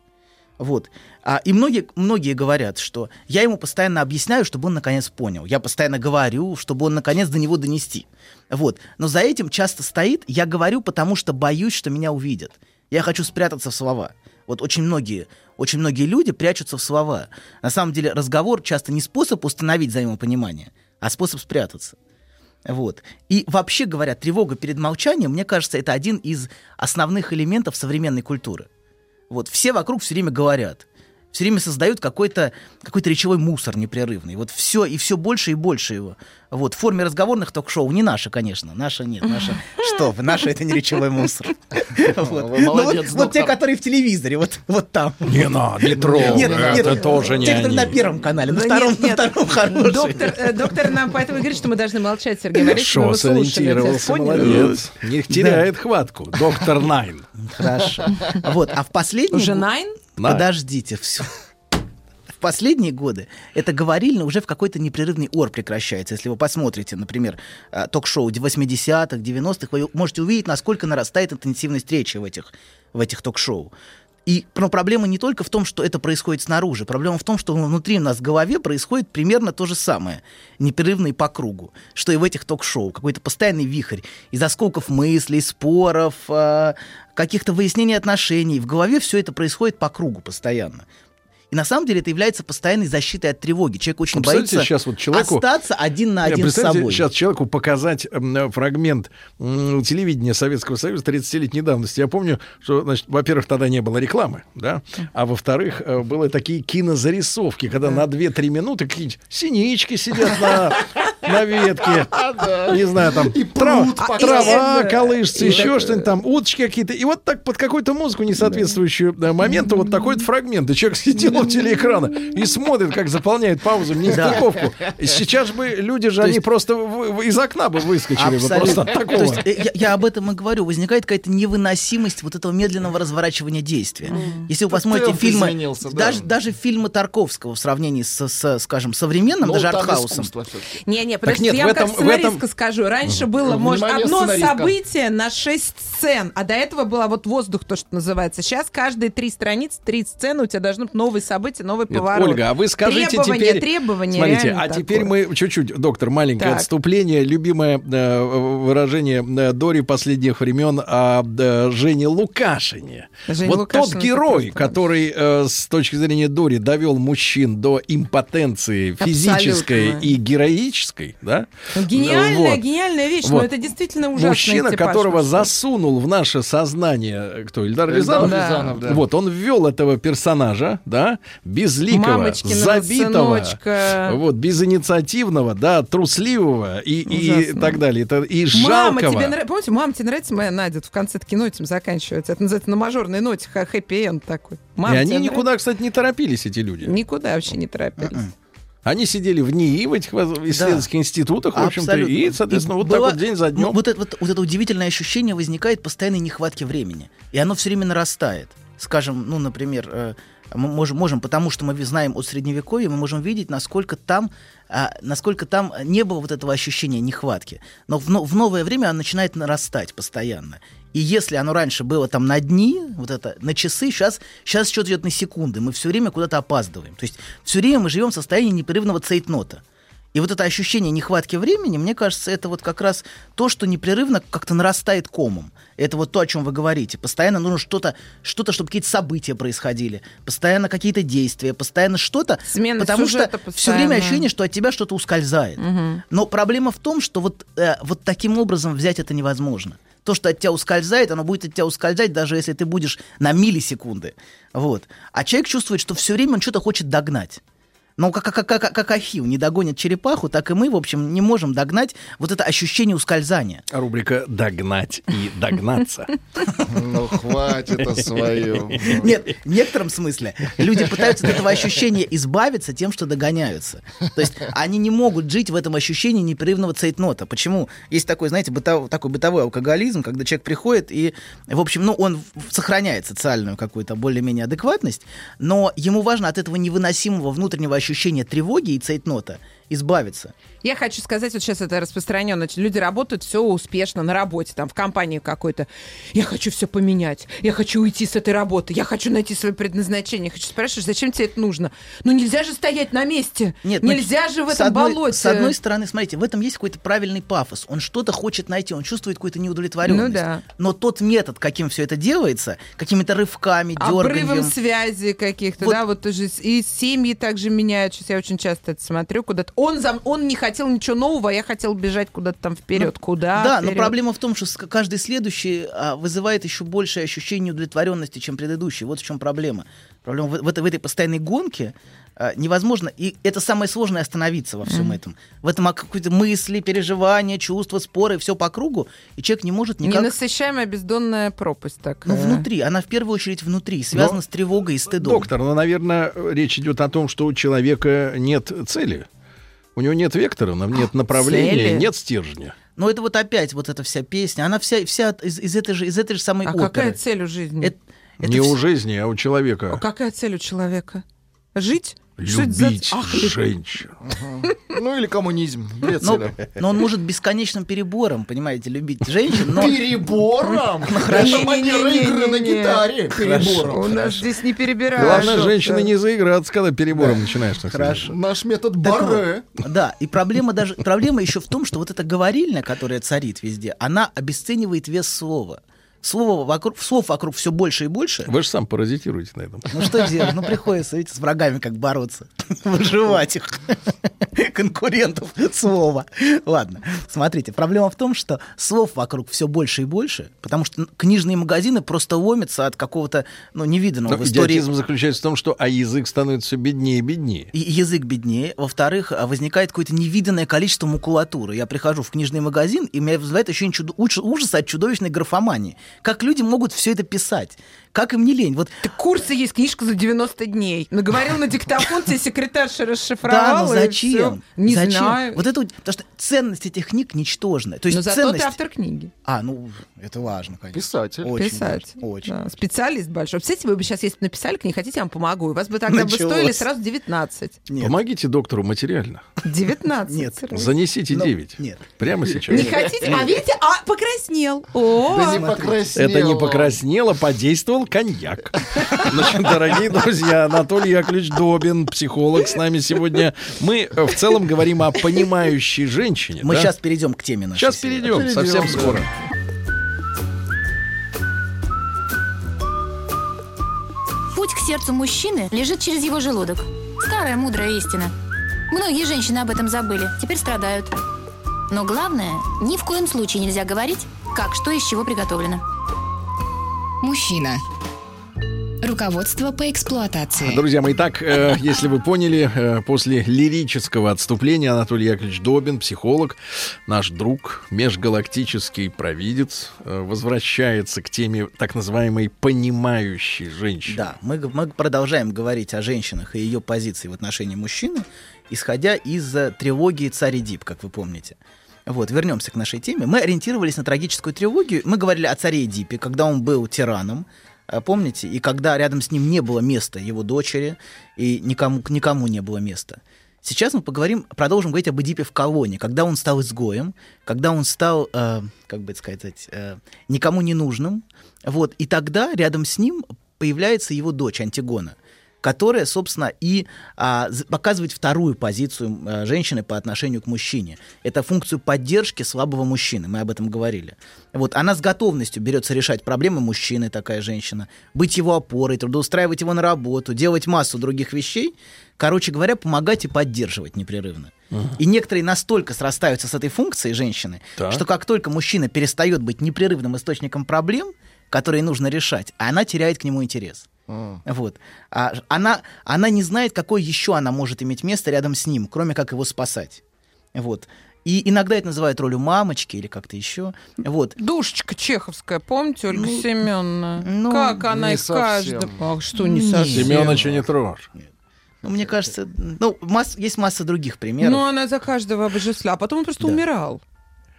[SPEAKER 4] Вот. А, и многие, многие говорят, что я ему постоянно объясняю, чтобы он наконец понял. Я постоянно говорю, чтобы он наконец до него донести. Вот. Но за этим часто стоит «я говорю, потому что боюсь, что меня увидят». Я хочу спрятаться в слова. Вот очень многие, очень многие люди прячутся в слова. На самом деле разговор часто не способ установить взаимопонимание, а способ спрятаться. Вот. И вообще говоря, тревога перед молчанием, мне кажется, это один из основных элементов современной культуры. Вот все вокруг все время говорят, все время создают какой-то какой речевой мусор непрерывный. Вот все и все больше и больше его. Вот в форме разговорных ток-шоу не наше, конечно, наше нет, наше что, вы, наше это не речевой мусор. Вот.
[SPEAKER 6] вы
[SPEAKER 4] Ну, вот-
[SPEAKER 6] молодец,
[SPEAKER 4] Вот те,
[SPEAKER 6] доктор.
[SPEAKER 4] которые в телевизоре, вот вот там.
[SPEAKER 3] Не надо, не трогай,
[SPEAKER 4] Нет, нет,
[SPEAKER 3] это тоже не
[SPEAKER 4] те, кто
[SPEAKER 3] они.
[SPEAKER 4] на первом канале, на
[SPEAKER 5] Ну,
[SPEAKER 4] втором,
[SPEAKER 5] нет,
[SPEAKER 4] на
[SPEAKER 5] нет.
[SPEAKER 4] втором хорошие.
[SPEAKER 5] Доктор, э, доктор нам поэтому и говорит, что мы должны молчать, Сергей Валерьевич.
[SPEAKER 3] Хорошо,
[SPEAKER 5] мы его слушали.
[SPEAKER 3] сориентировался,
[SPEAKER 5] Поняли?
[SPEAKER 3] молодец. Не теряет хватку. Доктор Найн.
[SPEAKER 4] Хорошо. Вот, а в последние...
[SPEAKER 5] Уже
[SPEAKER 4] го-
[SPEAKER 5] найн?
[SPEAKER 3] Найн.
[SPEAKER 4] Подождите, все. В последние годы эта говорильня уже в какой-то непрерывный ор прекращается. Если вы посмотрите, например, а, ток-шоу 80-х, 90-х, вы можете увидеть, насколько нарастает интенсивность речи в этих, в этих ток-шоу. И но проблема не только в том, что это происходит снаружи. Проблема в том, что внутри у нас в голове происходит примерно то же самое. Непрерывный по кругу. Что и в этих ток-шоу. Какой-то постоянный вихрь. Из осколков мыслей, споров, а, каких-то выяснений отношений. В голове все это происходит по кругу постоянно. И на самом деле это является постоянной защитой от тревоги. Человек очень
[SPEAKER 3] Ну, представляете,
[SPEAKER 4] боится
[SPEAKER 3] сейчас вот человеку-
[SPEAKER 4] остаться один на
[SPEAKER 3] Не,
[SPEAKER 4] один с
[SPEAKER 3] представьте,
[SPEAKER 4] собой.
[SPEAKER 3] сейчас человеку показать м, э, фрагмент м, телевидения Советского Союза 30-летней давности. Я помню, что, значит, во-первых, тогда не было рекламы, да, а во-вторых, э, были такие кинозарисовки, когда на 2-3 минуты какие-нибудь синички сидят на, на ветке, не знаю, там трава, а,
[SPEAKER 5] пока.
[SPEAKER 3] трава
[SPEAKER 5] И, э,
[SPEAKER 3] колышется,
[SPEAKER 5] и
[SPEAKER 3] еще
[SPEAKER 5] такое.
[SPEAKER 3] что-нибудь там, уточки какие-то. И вот так под какую-то музыку несоответствующую да, моменту вот такой вот фрагмент. И человек сидел у телеэкрана и смотрит, как заполняет паузу, нестыковку. И Сейчас же бы люди же,
[SPEAKER 4] То
[SPEAKER 3] они
[SPEAKER 4] есть-
[SPEAKER 3] просто в- в- из окна бы выскочили бы просто
[SPEAKER 4] Абсолютно.
[SPEAKER 3] от такого.
[SPEAKER 4] То есть, э, я, я об этом и говорю. Возникает какая-то невыносимость вот этого медленного разворачивания действия. Если вы
[SPEAKER 6] Да
[SPEAKER 4] посмотрите
[SPEAKER 6] темп
[SPEAKER 4] фильмы,
[SPEAKER 6] изменился, да.
[SPEAKER 4] даже, даже фильмы Тарковского в сравнении со, со, скажем, современным,
[SPEAKER 6] Ну,
[SPEAKER 4] даже
[SPEAKER 6] там
[SPEAKER 4] артхаусом,
[SPEAKER 6] искусство всё-таки.
[SPEAKER 5] Не-не, подожди,
[SPEAKER 3] нет,
[SPEAKER 5] я
[SPEAKER 3] в
[SPEAKER 5] вам как
[SPEAKER 3] этом- в
[SPEAKER 5] сценаристка
[SPEAKER 3] этом-
[SPEAKER 5] скажу. Раньше было,
[SPEAKER 6] Внимание,
[SPEAKER 5] может, одно
[SPEAKER 6] сценаристка.
[SPEAKER 5] событие на шесть сцен, а до этого было вот воздух, то, что называется. Сейчас каждые три страницы, три сцены, у тебя должны быть новые события, новые
[SPEAKER 3] Нет,
[SPEAKER 5] повороты.
[SPEAKER 3] Ольга, а вы скажите
[SPEAKER 5] требования,
[SPEAKER 3] теперь...
[SPEAKER 5] Требования,
[SPEAKER 3] Смотрите,
[SPEAKER 5] реально
[SPEAKER 3] а теперь
[SPEAKER 5] такое.
[SPEAKER 3] мы чуть-чуть, доктор, маленькое
[SPEAKER 5] Так.
[SPEAKER 3] отступление. Любимое э, выражение э, Дори последних времен о э, Жене Лукашине.
[SPEAKER 5] Женя
[SPEAKER 3] вот
[SPEAKER 5] Лукашин,
[SPEAKER 3] тот
[SPEAKER 5] это
[SPEAKER 3] герой,
[SPEAKER 5] просто-
[SPEAKER 3] который э, с точки зрения Дори довел мужчин до импотенции физической
[SPEAKER 5] Абсолютно.
[SPEAKER 3] и героической, да?
[SPEAKER 5] Ну, Гениальная, типа,
[SPEAKER 3] Вот.
[SPEAKER 5] гениальная вещь,
[SPEAKER 3] Вот.
[SPEAKER 5] но это действительно ужасно.
[SPEAKER 3] Мужчина, которого засунул в наше сознание, э, кто, Ильдар
[SPEAKER 6] Эльдар
[SPEAKER 3] Рязанов?
[SPEAKER 6] Рязанов, да.
[SPEAKER 3] Вот, он ввел этого персонажа, да, да, безликого,
[SPEAKER 5] Мамочкина
[SPEAKER 3] забитого,
[SPEAKER 5] сыночка.
[SPEAKER 3] вот, безинициативного, да, трусливого и, и
[SPEAKER 5] Ужасно.
[SPEAKER 3] так далее, и, та- и
[SPEAKER 5] Мама,
[SPEAKER 3] жалкого.
[SPEAKER 5] тебе нравится? Помните, мама, тебе нравится моя Надя? Тут В конце таки этим заканчивается. Это называется на мажорной ноте ха- хэппи-энд такой. Мама,
[SPEAKER 3] и они
[SPEAKER 5] тебе
[SPEAKER 3] никуда, М-м. кстати, не торопились, эти люди.
[SPEAKER 5] нравится? Никуда вообще не торопились.
[SPEAKER 3] Они сидели в НИИ, в этих воз- исследовательских институтах, в общем-то,
[SPEAKER 4] Абсолютно.
[SPEAKER 3] и, соответственно,
[SPEAKER 4] И
[SPEAKER 3] вот
[SPEAKER 4] была-
[SPEAKER 3] так вот день за днем.
[SPEAKER 4] ну, Вот это, вот, вот это удивительное ощущение возникает постоянной нехватки времени. И оно все время нарастает. Скажем, ну, например, э, мы можем, можем, потому что мы ви- знаем от средневековья, мы можем видеть, насколько там, а, насколько там не было вот этого ощущения нехватки. Но в, но- в новое время оно начинает нарастать постоянно. И если оно раньше было там на дни, вот это, на часы, сейчас, сейчас счет идет на секунды. Мы все время куда-то опаздываем. То есть все время мы живем в состоянии непрерывного цейтнота. И вот это ощущение нехватки времени, мне кажется, это вот как раз то, что непрерывно как-то нарастает комом. Это вот то, о чем вы говорите. Постоянно нужно что-то, что-то, чтобы какие-то события происходили, постоянно какие-то действия, постоянно что-то.
[SPEAKER 5] Смена
[SPEAKER 4] потому что
[SPEAKER 5] сюжета
[SPEAKER 4] все время
[SPEAKER 5] постоянная.
[SPEAKER 4] ощущение, что от тебя что-то ускользает. Но проблема в том, что вот, э, вот таким образом взять это невозможно. То, что от тебя ускользает, оно будет от тебя ускользать, даже если ты будешь на миллисекунды. Вот. А человек чувствует, что все время он что-то хочет догнать. Но как, как, как, как ахилл не догонит черепаху, так и мы, в общем, не можем догнать вот это ощущение ускользания.
[SPEAKER 3] А Рубрика «Догнать и догнаться».
[SPEAKER 6] Ну, хватит о своем.
[SPEAKER 4] Нет, в некотором смысле люди пытаются от этого ощущения избавиться тем, что догоняются. То есть они не могут жить в этом ощущении непрерывного цейтнота. Почему? Есть такой, знаете, бытов- такой бытовой алкоголизм, когда человек приходит и, в общем, ну, он в- сохраняет социальную какую-то более-менее адекватность, но ему важно от этого невыносимого внутреннего ощущения тревоги и цейтнота избавиться.
[SPEAKER 5] Я хочу сказать, вот сейчас это распространенно. очень- Люди работают все успешно на работе, там, в компании какой-то. Я хочу все поменять. Я хочу уйти с этой работы. Я хочу найти свое предназначение. Я хочу спрашивать, зачем тебе это нужно? Ну нельзя же стоять на месте.
[SPEAKER 4] Нет, ну,
[SPEAKER 5] нельзя же в
[SPEAKER 4] с
[SPEAKER 5] этом э.
[SPEAKER 4] одной-
[SPEAKER 5] болоте.
[SPEAKER 4] С одной стороны, смотрите, в этом есть какой-то правильный пафос. Он что-то хочет найти, он чувствует какую-то неудовлетворенность.
[SPEAKER 5] Ну да.
[SPEAKER 4] Но тот метод, каким все это делается, какими-то рывками,
[SPEAKER 5] обрывом
[SPEAKER 4] дерганьем.
[SPEAKER 5] связи каких-то,
[SPEAKER 4] Вот.
[SPEAKER 5] да, вот тоже с- и семьи также меняют. Сейчас я очень часто это смотрю куда-то. Он, за, он не хотел ничего нового, а я хотел бежать куда-то там вперед. куда?
[SPEAKER 4] Ну, да, но
[SPEAKER 5] вперед?
[SPEAKER 4] проблема в том, что с- каждый следующий а, вызывает еще большее ощущение удовлетворенности, чем предыдущий. Вот в чем проблема. Проблема в, в этой, в этой постоянной гонке а, невозможно. И это самое сложное остановиться во всем этом. В этом а, какие-то мысли, переживания, чувства, споры, все по кругу. И человек не может никак...
[SPEAKER 5] Ненасыщаемая бездонная пропасть такая.
[SPEAKER 4] Ну, внутри. Она в первую очередь внутри, связана с тревогой и стыдом.
[SPEAKER 3] Доктор, ну, наверное, речь идет о том, что у человека нет цели. У него нет вектора, но нет направления,
[SPEAKER 5] Цели?
[SPEAKER 3] нет стержня.
[SPEAKER 4] Но это вот опять вот эта вся песня, она вся, вся от- из, из этой же, из этой же самой
[SPEAKER 5] А
[SPEAKER 4] оперы.
[SPEAKER 5] какая цель у жизни?
[SPEAKER 4] Это- это
[SPEAKER 3] не
[SPEAKER 4] вс-
[SPEAKER 3] у жизни, а у человека.
[SPEAKER 5] А какая цель у человека? Жить? Что это за-
[SPEAKER 3] Любить
[SPEAKER 5] Ах, лю-
[SPEAKER 3] женщину.
[SPEAKER 6] Ну или коммунизм. Две
[SPEAKER 4] но,
[SPEAKER 6] цели.
[SPEAKER 4] но он может бесконечным перебором, понимаете, любить женщин, но...
[SPEAKER 6] Перебором? Это манера игры на гитаре.
[SPEAKER 5] У
[SPEAKER 6] Перебором.
[SPEAKER 5] нас здесь не
[SPEAKER 3] Главное,
[SPEAKER 5] перебираешь.
[SPEAKER 3] женщины не заиграться, когда перебором начинаешь. так сказать.
[SPEAKER 6] Наш
[SPEAKER 4] Так
[SPEAKER 6] метод
[SPEAKER 4] вот,
[SPEAKER 6] барре.
[SPEAKER 4] Да, и проблема даже проблема еще в том, что вот эта говорильня, которая царит везде, она обесценивает вес слова. Слово вокруг, слов вокруг все больше и больше.
[SPEAKER 3] Вы же сам паразитируете на этом.
[SPEAKER 4] Ну что делать? Ну приходится, видите, с врагами как бороться. Выживать их. Конкурентов слова. Ладно, смотрите, проблема в том, что слов вокруг все больше и больше, потому что книжные магазины просто ломятся от какого-то, ну, невиданного
[SPEAKER 3] Но
[SPEAKER 4] в истории.
[SPEAKER 3] идиотизм заключается в том, что а язык становится все беднее и беднее.
[SPEAKER 4] И язык беднее. Во-вторых, а, возникает какое-то невиданное количество макулатуры. Я прихожу в книжный магазин, и меня вызывает ощущение чудо- уч- ужаса от чудовищной графомании. Как люди могут все это писать? Как им не лень? Вот
[SPEAKER 5] Так курсы есть, книжка за 90 дней. Наговорил на диктофон, тебе секретарша
[SPEAKER 4] Да,
[SPEAKER 5] расшифровала.
[SPEAKER 4] но
[SPEAKER 5] и
[SPEAKER 4] зачем?
[SPEAKER 5] всё. Не
[SPEAKER 4] зачем?
[SPEAKER 5] знаю.
[SPEAKER 4] Вот это, вот- потому что ценность этих книг ничтожная. То есть
[SPEAKER 5] Но зато
[SPEAKER 4] ценность...
[SPEAKER 5] ты автор книги.
[SPEAKER 4] А, ну, это важно, конечно.
[SPEAKER 6] Писатель.
[SPEAKER 4] Очень
[SPEAKER 5] Писать.
[SPEAKER 4] важно, Очень.
[SPEAKER 5] Специалист большой. Представляете, вы бы сейчас, если бы написали книгу, хотите, я вам помогу. И вас бы тогда бы
[SPEAKER 4] Началось.
[SPEAKER 5] стоили сразу 19.
[SPEAKER 4] Нет.
[SPEAKER 3] Помогите доктору материально.
[SPEAKER 5] 19.
[SPEAKER 4] Нет.
[SPEAKER 5] сразу.
[SPEAKER 3] Занесите
[SPEAKER 4] Ну,
[SPEAKER 3] 9.
[SPEAKER 4] нет.
[SPEAKER 3] Прямо сейчас.
[SPEAKER 5] Не хотите? А видите, а покраснел.
[SPEAKER 6] Да не
[SPEAKER 5] О,
[SPEAKER 6] покраснело.
[SPEAKER 3] Это не покраснело, подействовал коньяк. Значит, дорогие друзья, Анатолий Яковлевич Добин, психолог с нами сегодня. Мы э, в целом говорим о понимающей женщине.
[SPEAKER 4] Мы
[SPEAKER 3] да?
[SPEAKER 4] сейчас перейдем к теме нашей.
[SPEAKER 3] Сейчас
[SPEAKER 4] сегодня.
[SPEAKER 3] перейдем, совсем скоро.
[SPEAKER 1] Путь к сердцу мужчины лежит через его желудок. Старая мудрая истина. Многие женщины об этом забыли, теперь страдают. Но главное, ни в коем случае нельзя говорить, как что из чего приготовлено.
[SPEAKER 2] Мужчина. Руководство по эксплуатации.
[SPEAKER 3] Друзья мои, так, э, если вы поняли, э, после лирического отступления Анатолий Яковлевич Добин, психолог, наш друг, межгалактический провидец, э, возвращается к теме так называемой понимающей женщины.
[SPEAKER 4] Да, мы, г- мы продолжаем говорить о женщинах и ее позиции в отношении мужчины, исходя из э, тревоги царь Эдип, как вы помните. Вот, вернемся к нашей теме. Мы ориентировались на трагическую трилогию. Мы говорили о царе Эдипе, когда он был тираном, э, помните? И когда рядом с ним не было места его дочери, и никому, к никому не было места. Сейчас мы поговорим, продолжим говорить об Эдипе в колонии, когда он стал изгоем, когда он стал, э, как бы это сказать, э, никому не нужным. Вот, и тогда рядом с ним появляется его дочь Антигона, которая, собственно, и а, з- показывает вторую позицию э, женщины по отношению к мужчине. Это функцию поддержки слабого мужчины, мы об этом говорили. Вот она с готовностью берется решать проблемы мужчины, такая женщина, быть его опорой, трудоустраивать его на работу, делать массу других вещей, короче говоря, помогать и поддерживать непрерывно. И некоторые настолько срастаются с этой функцией женщины,
[SPEAKER 3] Так.
[SPEAKER 4] что как только мужчина перестает быть непрерывным источником проблем, которые нужно решать, она теряет к нему интерес. Вот. А ж- она, она не знает, какое еще она может иметь место рядом с ним, кроме как его спасать. Вот. И иногда это называют ролью мамочки или как-то еще. Вот.
[SPEAKER 5] Душечка чеховская, помните, Ольга
[SPEAKER 4] Ну,
[SPEAKER 5] Семеновна?
[SPEAKER 4] ну,
[SPEAKER 5] как она
[SPEAKER 6] не
[SPEAKER 5] и каждый.
[SPEAKER 6] совсем.
[SPEAKER 5] Ах, что не
[SPEAKER 4] Нет.
[SPEAKER 5] совсем?
[SPEAKER 3] Семеновича не трожь.
[SPEAKER 4] Ну, мне кажется, ну, масс- есть масса других примеров.
[SPEAKER 5] Ну, она за каждого обожествляла, а потом он просто
[SPEAKER 4] Да.
[SPEAKER 5] умирал.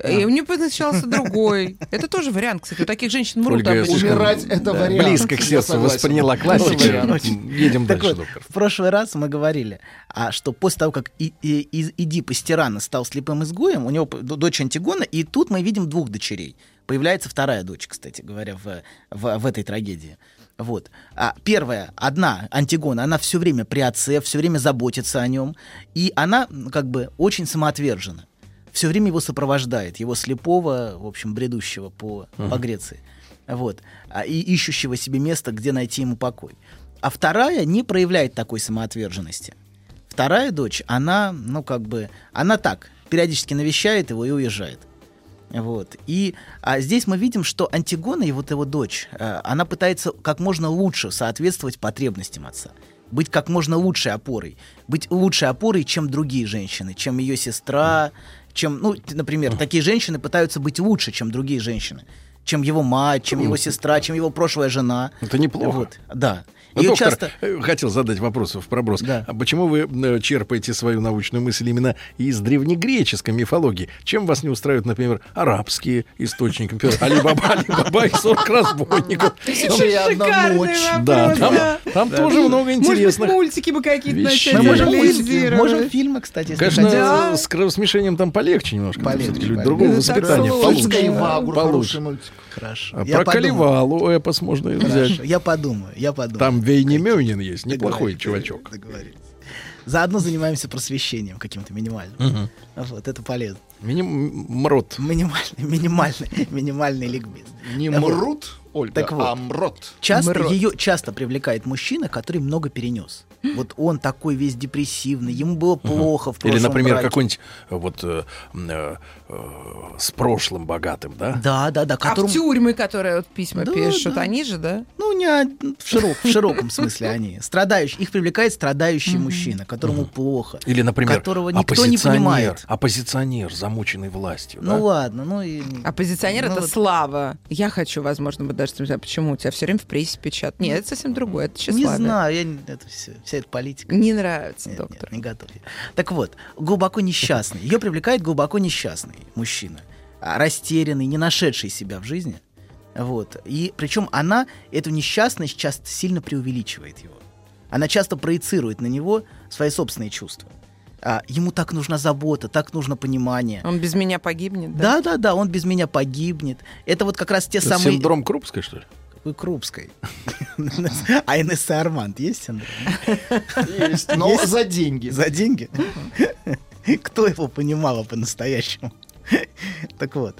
[SPEAKER 5] И у нее назначался другой. Это тоже вариант, кстати. У таких женщин мрут
[SPEAKER 3] Ольга,
[SPEAKER 5] обычно.
[SPEAKER 3] слишком
[SPEAKER 6] Умирать это вариант.
[SPEAKER 3] Близко к
[SPEAKER 6] Я
[SPEAKER 3] сердцу
[SPEAKER 6] согласен.
[SPEAKER 3] восприняла
[SPEAKER 6] Очень,
[SPEAKER 3] классика.
[SPEAKER 4] очень.
[SPEAKER 3] Едем
[SPEAKER 4] Так
[SPEAKER 3] Ну, дальше,
[SPEAKER 4] вот,
[SPEAKER 3] доктор.
[SPEAKER 4] в прошлый раз мы говорили, а, что после того, как И- И- И- Идип из Тирана стал слепым изгоем, у него п- д- дочь Антигона, и тут мы видим двух дочерей. Появляется вторая дочь, кстати говоря, в, в, в этой трагедии. Вот. А первая, одна, Антигона, она все время при отце, все время заботится о нем, и она ну, как бы очень самоотвержена. Все время его сопровождает, его слепого, в общем, бредущего по, по Греции. Вот. А, И ищущего себе место, где найти ему покой. А вторая не проявляет такой самоотверженности. Вторая дочь, она, ну, как бы, она так, периодически навещает его и уезжает. Вот. И а здесь мы видим, что Антигона, и вот его дочь, э, она пытается как можно лучше соответствовать потребностям отца. Быть как можно лучшей опорой. Быть лучшей опорой, чем другие женщины, чем ее сестра, чем, ну, т- например, такие женщины пытаются быть лучше, чем другие женщины. Чем его мать, чем его сестра, чем его прошлая жена.
[SPEAKER 3] Это неплохо.
[SPEAKER 4] Вот, да.
[SPEAKER 3] Ну,
[SPEAKER 4] Её
[SPEAKER 3] доктор, э, хотел задать вопрос в проброс.
[SPEAKER 4] Да.
[SPEAKER 3] А почему вы э, черпаете свою научную мысль именно из древнегреческой мифологии? Чем вас не устраивают, например, арабские источники? Например, Алибаба, Алибаба и 40 разбойников.
[SPEAKER 6] Тысяча и одна
[SPEAKER 5] Шикарный
[SPEAKER 6] ночь.
[SPEAKER 5] вопрос,
[SPEAKER 3] Да, там,
[SPEAKER 5] да.
[SPEAKER 3] там тоже много
[SPEAKER 5] Может быть,
[SPEAKER 3] интересных.
[SPEAKER 5] мультики бы какие-то
[SPEAKER 3] вещей.
[SPEAKER 5] начали
[SPEAKER 4] Мы можем, мультики,
[SPEAKER 5] популяризировать.
[SPEAKER 4] можем фильмы, кстати, если
[SPEAKER 3] Конечно,
[SPEAKER 4] хотите.
[SPEAKER 5] Да.
[SPEAKER 3] э, с кровосмешением там полегче немножко. потому что
[SPEAKER 4] Полегче,
[SPEAKER 3] люди
[SPEAKER 4] полегче. Ну,
[SPEAKER 3] другого
[SPEAKER 5] Это так
[SPEAKER 3] воспитания.
[SPEAKER 5] сложно.
[SPEAKER 3] получше.
[SPEAKER 6] Русская Ивагур,
[SPEAKER 3] Получше.
[SPEAKER 6] хороший мультик.
[SPEAKER 4] Хорошо.
[SPEAKER 3] А
[SPEAKER 4] Я
[SPEAKER 3] Про
[SPEAKER 4] подумаю.
[SPEAKER 3] Калевалу эпос можно и взять.
[SPEAKER 4] Хорошо, я подумаю, я подумаю.
[SPEAKER 3] Там Вейни Мёнин есть, неплохой
[SPEAKER 4] Договорились,
[SPEAKER 3] чувачок.
[SPEAKER 4] договорились. Заодно занимаемся просвещением каким-то минимальным. Вот, это полезно.
[SPEAKER 3] Миним- Мрот.
[SPEAKER 4] Минимальный, минимальный, минимальный ликбез.
[SPEAKER 6] Не
[SPEAKER 4] Вот.
[SPEAKER 6] мрут, Ольга,
[SPEAKER 4] Так вот.
[SPEAKER 6] а мрот.
[SPEAKER 4] Часто,
[SPEAKER 5] Мрот.
[SPEAKER 4] ее часто привлекает мужчина, который много перенес. Вот он такой весь депрессивный, ему было плохо в прошлом
[SPEAKER 3] Или, например,
[SPEAKER 4] браке.
[SPEAKER 3] какой-нибудь э, вот э, м, э, э, с прошлым богатым, да?
[SPEAKER 4] Да, да, да,
[SPEAKER 5] А в
[SPEAKER 4] которому...
[SPEAKER 5] тюрьмы, которые вот письма
[SPEAKER 4] Да,
[SPEAKER 5] пишут,
[SPEAKER 4] да.
[SPEAKER 5] они же, да?
[SPEAKER 4] Ну, не од- в, широк- в широком смысле они. Страдающие. Их привлекает страдающий мужчина, которому плохо.
[SPEAKER 3] Или, например,
[SPEAKER 4] которого никто не
[SPEAKER 3] оппозиционер,
[SPEAKER 4] понимает.
[SPEAKER 3] оппозиционер, замученный властью. да?
[SPEAKER 4] Ну ладно, ну и...
[SPEAKER 5] Оппозиционер
[SPEAKER 4] Ну
[SPEAKER 5] это
[SPEAKER 4] вот.
[SPEAKER 5] слава. Я хочу, возможно, быть даже не знаю, почему у тебя все время в прессе печатают. Нет, это совсем другое, это
[SPEAKER 4] Не
[SPEAKER 5] тщеславие.
[SPEAKER 4] знаю, я не- это все, вся эта политика.
[SPEAKER 5] Не нравится,
[SPEAKER 4] Нет,
[SPEAKER 5] доктор.
[SPEAKER 4] нет, не готов. я. Так вот, глубоко несчастный. Ее привлекает глубоко несчастный мужчина, а, растерянный, не нашедший себя в жизни. Вот. И причем она эту несчастность часто сильно преувеличивает его. Она часто проецирует на него свои собственные чувства. А, ему так нужна забота, так нужно понимание.
[SPEAKER 5] Он без меня погибнет, да?
[SPEAKER 4] Да, да, да, он без меня погибнет. Это вот как раз те
[SPEAKER 3] Это
[SPEAKER 4] самые.
[SPEAKER 3] Синдром Крупской, что ли?
[SPEAKER 4] Какой Крупской. А Инесса Арманд есть синдром?
[SPEAKER 6] Есть, но
[SPEAKER 4] Есть?
[SPEAKER 6] за деньги.
[SPEAKER 4] За деньги? Кто его понимала по-настоящему? Так вот.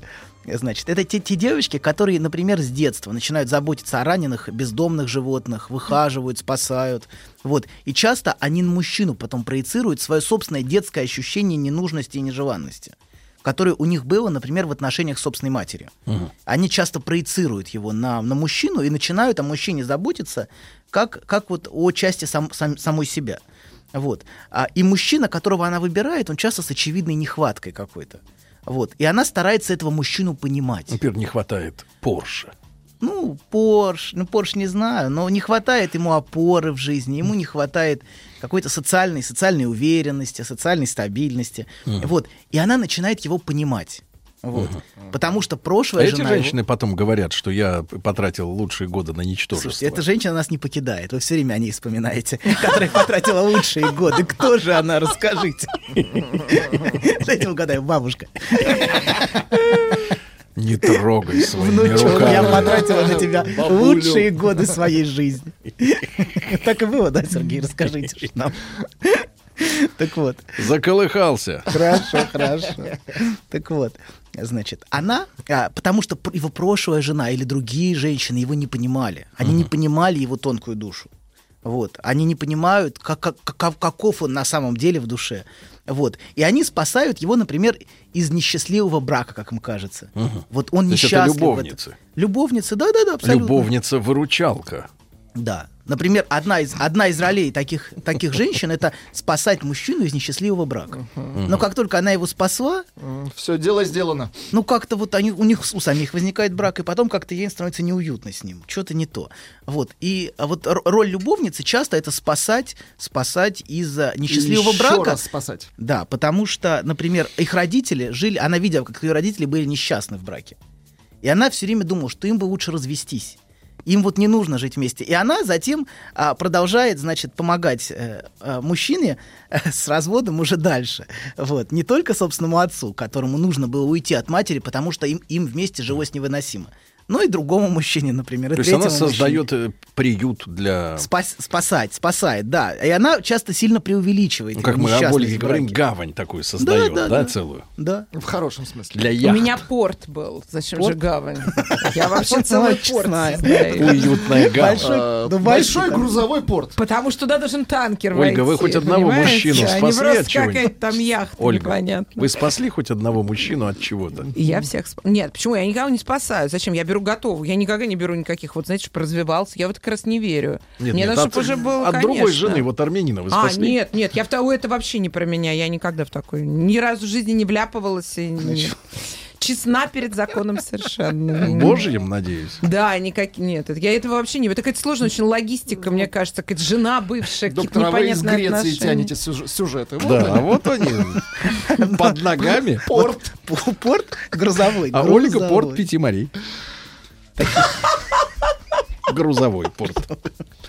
[SPEAKER 4] Значит, это те, те девочки, которые, например, с детства начинают заботиться о раненых, бездомных животных, выхаживают, спасают. Вот. И часто они на мужчину потом проецируют свое собственное детское ощущение ненужности и нежеланности. которое у них было, например, в отношениях с собственной матерью. Они часто проецируют его на, на мужчину и начинают о мужчине заботиться как, как вот о части сам- сам- самой себя. Вот. А, и мужчина, которого она выбирает, он часто с очевидной нехваткой какой-то. Вот. И она старается этого мужчину понимать.
[SPEAKER 3] Теперь не хватает Порше.
[SPEAKER 4] Ну, Порш, ну, Порш не знаю, но не хватает ему опоры в жизни, ему не хватает какой-то социальной, социальной уверенности, социальной стабильности. Вот. И она начинает его понимать. Вот. Потому что прошлое
[SPEAKER 3] А эти
[SPEAKER 4] жена его-
[SPEAKER 3] женщины потом говорят, что я потратил лучшие годы на ничтожество.
[SPEAKER 4] Слушайте, эта женщина нас не покидает. Вы все время о ней вспоминаете, которая потратила лучшие годы. Кто же она, расскажите. Дайте угадаю, бабушка.
[SPEAKER 3] Не трогай своими
[SPEAKER 4] Внучок, я
[SPEAKER 3] руками.
[SPEAKER 4] потратила на тебя лучшие годы своей жизни. Так и было, да, Сергей? Расскажите ж нам. Так вот,
[SPEAKER 3] Заколыхался.
[SPEAKER 4] хорошо, хорошо. Так вот, значит, она, а, потому что пр- его прошлая жена или другие женщины его не понимали. Они не понимали его тонкую душу. Вот. Они не понимают, как, как- каков- каков он на самом деле в душе. Вот. И они спасают его, например, из несчастливого брака, как им кажется. Вот он
[SPEAKER 3] То есть это
[SPEAKER 4] несчастлив. в этом.
[SPEAKER 3] любовницы.
[SPEAKER 4] Любовницы, да-да-да, абсолютно.
[SPEAKER 3] Любовница-выручалка.
[SPEAKER 4] Да. Например, одна из, одна из ролей таких, таких женщин это спасать мужчину из несчастливого брака. Но как только она его спасла,
[SPEAKER 6] Все, дело сделано.
[SPEAKER 4] ну как-то вот они, у них у самих возникает брак, и потом как-то ей становится неуютно с ним. Что-то не то. Вот. И а вот р- роль любовницы часто это спасать, спасать из-за несчастливого
[SPEAKER 6] Ещё
[SPEAKER 4] брака.
[SPEAKER 6] раз спасать.
[SPEAKER 4] Да, потому что, например, их родители жили, она видела, как ее родители были несчастны в браке. И она все время думала, что им бы лучше развестись. Им вот не нужно жить вместе. И она затем а, продолжает, значит, помогать э, э, мужчине э, с разводом уже дальше. Вот. Не только собственному отцу, которому нужно было уйти от матери, потому что им, им вместе жилось невыносимо. Но и другому мужчине, например. и
[SPEAKER 3] То есть она
[SPEAKER 4] третьему мужчине.
[SPEAKER 3] создает э, приют для...
[SPEAKER 4] Спас- спасать, спасает, да. И она часто сильно преувеличивает.
[SPEAKER 3] Ну, как
[SPEAKER 4] его
[SPEAKER 3] мы о
[SPEAKER 4] несчастность
[SPEAKER 3] Ольге
[SPEAKER 4] в
[SPEAKER 3] говорим,
[SPEAKER 4] браке.
[SPEAKER 3] гавань такую создает, да,
[SPEAKER 4] Да, да, да.
[SPEAKER 3] целую?
[SPEAKER 4] Да.
[SPEAKER 6] В хорошем смысле.
[SPEAKER 3] Для
[SPEAKER 5] У
[SPEAKER 3] яхт.
[SPEAKER 5] меня порт был. Зачем
[SPEAKER 4] Порт?
[SPEAKER 5] же гавань? Я вообще
[SPEAKER 4] Вот
[SPEAKER 5] целый
[SPEAKER 4] значит,
[SPEAKER 5] порт
[SPEAKER 4] знаю.
[SPEAKER 5] создаю.
[SPEAKER 3] Уютная гавань.
[SPEAKER 4] Большой,
[SPEAKER 6] Э,
[SPEAKER 4] да,
[SPEAKER 6] большой
[SPEAKER 4] большой там.
[SPEAKER 6] грузовой порт.
[SPEAKER 5] Потому что туда должен танкер
[SPEAKER 3] Ольга,
[SPEAKER 5] войти,
[SPEAKER 3] вы хоть одного
[SPEAKER 5] понимаете?
[SPEAKER 3] мужчину
[SPEAKER 5] А не
[SPEAKER 3] спасли
[SPEAKER 5] просто
[SPEAKER 3] от чего-нибудь?
[SPEAKER 5] какая-то там яхта
[SPEAKER 3] Ольга,
[SPEAKER 5] непонятная.
[SPEAKER 3] вы спасли хоть одного мужчину от чего-то?
[SPEAKER 5] Я всех спа- Нет, почему? Я никого не спасаю. Зачем? Я беру готовую. Я никогда не беру никаких. Вот, знаете, чтоб развивался. Я вот как раз не верю. Мне надо,
[SPEAKER 3] от,
[SPEAKER 5] чтобы ну уже было,
[SPEAKER 3] от другой
[SPEAKER 5] конечно.
[SPEAKER 3] жены, вот армянина вы
[SPEAKER 5] А,
[SPEAKER 3] спасли.
[SPEAKER 5] нет, нет, я в того, это вообще не про меня. Я никогда в такой ни разу в жизни не вляпывалась. И не- Честна перед законом совершенно.
[SPEAKER 3] Божьим, надеюсь.
[SPEAKER 5] Да, никак нет. это- Я этого вообще не... Это какая-то сложная очень логистика, мне кажется. Какая-то жена бывшая, какие-то
[SPEAKER 6] Доктор, а вы из
[SPEAKER 5] непонятные
[SPEAKER 6] Греции
[SPEAKER 5] отношения.
[SPEAKER 6] тянете сюж- сюжеты. Вот
[SPEAKER 3] Да, а
[SPEAKER 6] они.
[SPEAKER 3] вот они под ногами.
[SPEAKER 6] Порт.
[SPEAKER 4] П- Порт грузовой.
[SPEAKER 3] А
[SPEAKER 4] грузовой.
[SPEAKER 3] Ольга порт Пяти морей. Грузовой порт.